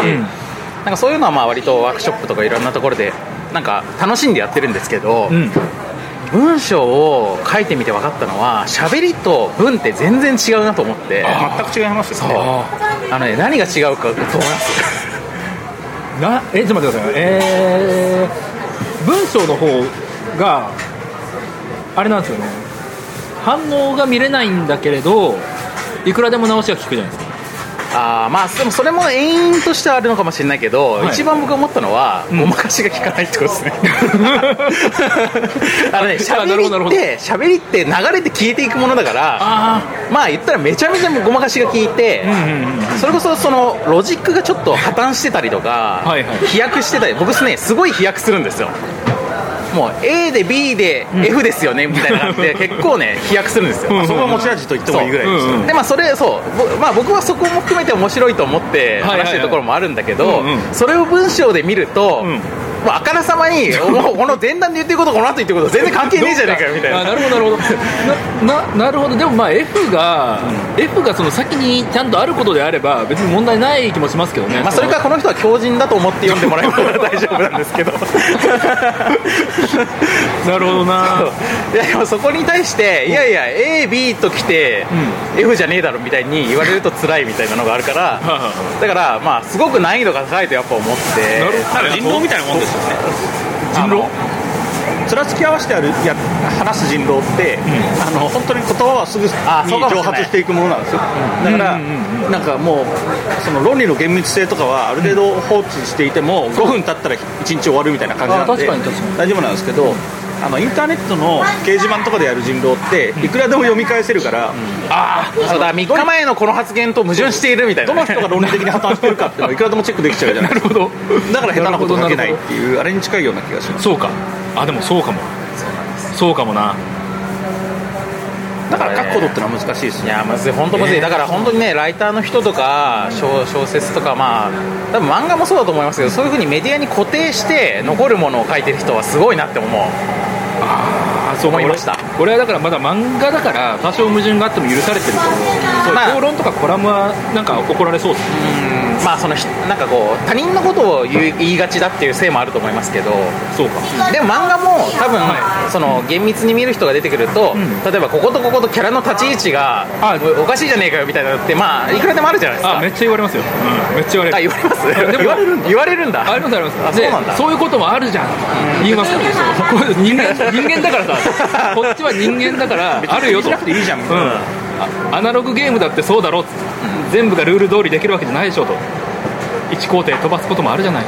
Speaker 2: んかそういうのはまあ割とワークショップとかいろんなところでなんか楽しんでやってるんですけど、
Speaker 4: うん
Speaker 2: 文章を書いてみて分かったのは喋りと文って全然違うなと思って
Speaker 3: 全く違いますよね
Speaker 2: あのね何が違うかと思います
Speaker 4: なえちょっと待ってくださいえー、文章の方があれなんですよね反応が見れないんだけれどいくらでも直しが効くじゃないですか
Speaker 2: あーまあでもそれも遠因としてはあるのかもしれないけど、
Speaker 4: はい
Speaker 2: 一番僕が思ったのは、ごまかしが効かないってことですねあのね
Speaker 4: あな
Speaker 2: 喋
Speaker 4: るほどなる
Speaker 2: りっ
Speaker 4: ほど
Speaker 2: て喋りって流れて消えていくものだから
Speaker 4: あ
Speaker 2: まあ言ったらめちゃめちゃもうごまかしが効いて、それこそそのロジックがちょっと破綻してたりとか、
Speaker 4: はいはい
Speaker 2: 飛躍してたり僕ねすごい飛躍するんですよもう A で B で F ですよね、みたいな感じ で結構ね飛躍するんですよ、
Speaker 4: うんうん
Speaker 3: そこが持ち味と言ってもいいぐらいですよ
Speaker 4: そううんうん
Speaker 2: でまあそれそうぼまあ僕はそこも含めて面白いと思って
Speaker 4: はいはいはい
Speaker 2: 話してるところもあるんだけど、
Speaker 4: うんうん
Speaker 2: それを文章で見ると、
Speaker 4: うん
Speaker 2: まああからさまにもうこの前段で言ってることこの後言ってること全然関係ねえじゃねえかよみたい
Speaker 4: あ
Speaker 2: な
Speaker 4: なるほどなるほどなななるほどでもまあ F が、F がその先にちゃんとあることであれば別に問題ない気もしますけどね、
Speaker 2: まあそれかこの人は強靭だと思って読んでもらえば大丈夫なんですけど
Speaker 4: なるほどない
Speaker 2: やでもそこに対していやいや AB と来て F じゃねえだろみたいに言われると辛いみたいなのがあるから
Speaker 4: は
Speaker 2: だからまあすごく難易度が高いとやっぱ思って
Speaker 4: なる
Speaker 3: だから人狼みたいなもんですよね
Speaker 4: 人狼
Speaker 3: 面つき合わせてあるいや話す人狼って、あの本当に言葉はすぐに
Speaker 2: あそうかもしれ
Speaker 3: 蒸
Speaker 2: ない
Speaker 3: 発していくものなんですよ、だから、
Speaker 4: うん
Speaker 3: なんかもうその論理の厳密性とかはある程度放置していても、5分経ったら1日終わるみたいな感じなんで
Speaker 4: あ確かに確かに
Speaker 3: 大丈夫なんですけどあのインターネットの掲示板とかでやる人狼っていくらでも読み返せるから、
Speaker 2: ああそうだ3日前のこの発言と矛盾しているみたいな
Speaker 3: ど
Speaker 2: ね、
Speaker 3: の人が論理的に破綻してるかっていうのはいくらでもチェックできちゃうじゃ ないですかだから下手なこと書けないっていうあれに近いような気がします
Speaker 4: そうかあでもそうかもそうかもな
Speaker 3: だから書くことってのは難しいです
Speaker 2: い
Speaker 3: ね
Speaker 2: やむずい本当むずい、だから本当にねライターの人とか小小説とかまあ多分漫画もそうだと思いますけどそういうふうにメディアに固定して残るものを書いてる人はすごいなって思う
Speaker 4: あそう
Speaker 2: 思いました
Speaker 4: 俺俺はだからまだ漫画だから多少矛盾があっても許されてると思うそう、
Speaker 2: まあ
Speaker 4: 評論とかコラムはなんか怒られそうですね
Speaker 2: うんまあそのひなんかこう他人のことを言い言いがちだっていうせいもあると思いますけど
Speaker 4: そうか
Speaker 2: でも漫画も多分、その厳密に見る人が出てくると、
Speaker 4: ん
Speaker 2: 例えばこことこことキャラの立ち位置が
Speaker 4: あ
Speaker 2: おおかしいじゃねえかよみたいなのってまあいくらでもあるじゃないですか
Speaker 4: あめっちゃ言われますよ、うん、めっちゃ言われ
Speaker 2: あ
Speaker 4: る
Speaker 2: 言われます
Speaker 4: でも
Speaker 2: 言われるんだ言われるんだ
Speaker 4: ありますありま
Speaker 2: あ
Speaker 4: す
Speaker 2: そう
Speaker 4: で
Speaker 2: なんだ
Speaker 4: そういうこともあるじゃん言いますよこういう人間人間だからさこっちは人間だからあるよと
Speaker 3: 別に気にしなくていいじゃんみたいな
Speaker 4: うんあアナログゲームだってそうだろっつって全部がルール通りできるわけじゃないでしょと1工程飛ばすこともあるじゃない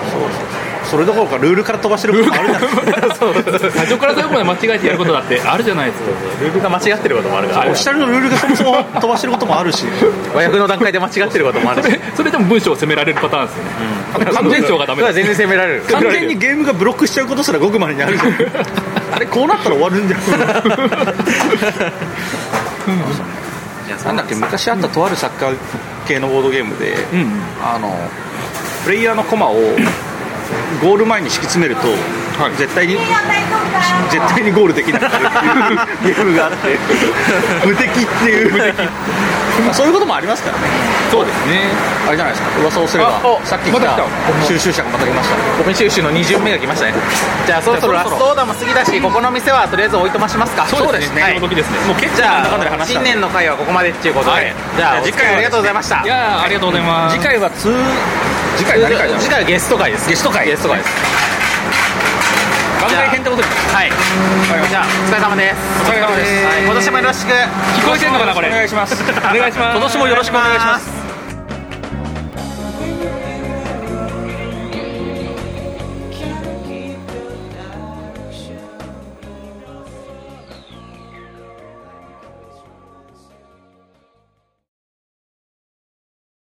Speaker 3: それどころかルールから飛ばしてることもあるじゃないですか
Speaker 4: 最初から最後まで間違えてやることだってあるじゃないですか
Speaker 2: ルールが間違ってることもあるから
Speaker 4: あ
Speaker 3: オフィシャルのルールがそもそも飛ばしてることもあるし
Speaker 2: 和訳の段階で間違ってることもある
Speaker 4: そ
Speaker 2: し
Speaker 4: れそれでも文章を責められるパターンですよね、 完全長がダメ
Speaker 2: それは
Speaker 4: だ
Speaker 2: 全然責められる
Speaker 3: 完全にゲームがブロックしちゃうことすらごくまれにあ るじゃんあれこうなったら終わるんじゃ ないなんだっけ昔あったとあるサッカー系のボードゲームで、
Speaker 4: うんうん
Speaker 3: あのプレイヤーの駒をゴール前に敷き詰めると、絶対に絶対にゴールできないっていうゲームがあ って無敵っていうまあそういうこともありますからね
Speaker 4: そうですね
Speaker 3: あれじゃないですか噂をすれば
Speaker 2: あお
Speaker 3: さっき
Speaker 2: ま
Speaker 3: 来
Speaker 2: た来
Speaker 3: た
Speaker 2: た
Speaker 3: 収集車がまた来ました
Speaker 2: ゴミ収集の2巡目が来ましたねじゃあそろそろ
Speaker 4: じ
Speaker 2: ラ
Speaker 4: ゃあそろそろ
Speaker 2: ストオーダーも過ぎだしここの店はとりあえず置いとましますか
Speaker 4: そうですね
Speaker 2: はい
Speaker 4: 今の時ですねもう
Speaker 2: じ
Speaker 3: なんだかんだで
Speaker 2: ゃあ
Speaker 3: 話した
Speaker 2: 新年の会はここまでっていうことで、
Speaker 3: はい
Speaker 2: じゃあ
Speaker 3: じゃあ
Speaker 2: 次回ありがとうございました
Speaker 4: いやーありがとうございます
Speaker 3: 次回は通次回何回だろう
Speaker 2: 次回はゲスト会ですゲスト会ゲスト会です
Speaker 4: 番外編ってことで
Speaker 2: はい、じゃあお疲れ様です
Speaker 4: お疲れ様です
Speaker 2: はい今年もよろしく
Speaker 4: 聞こえてんのかなこれお願いしますお願いします
Speaker 2: 今年もよろしくお願いします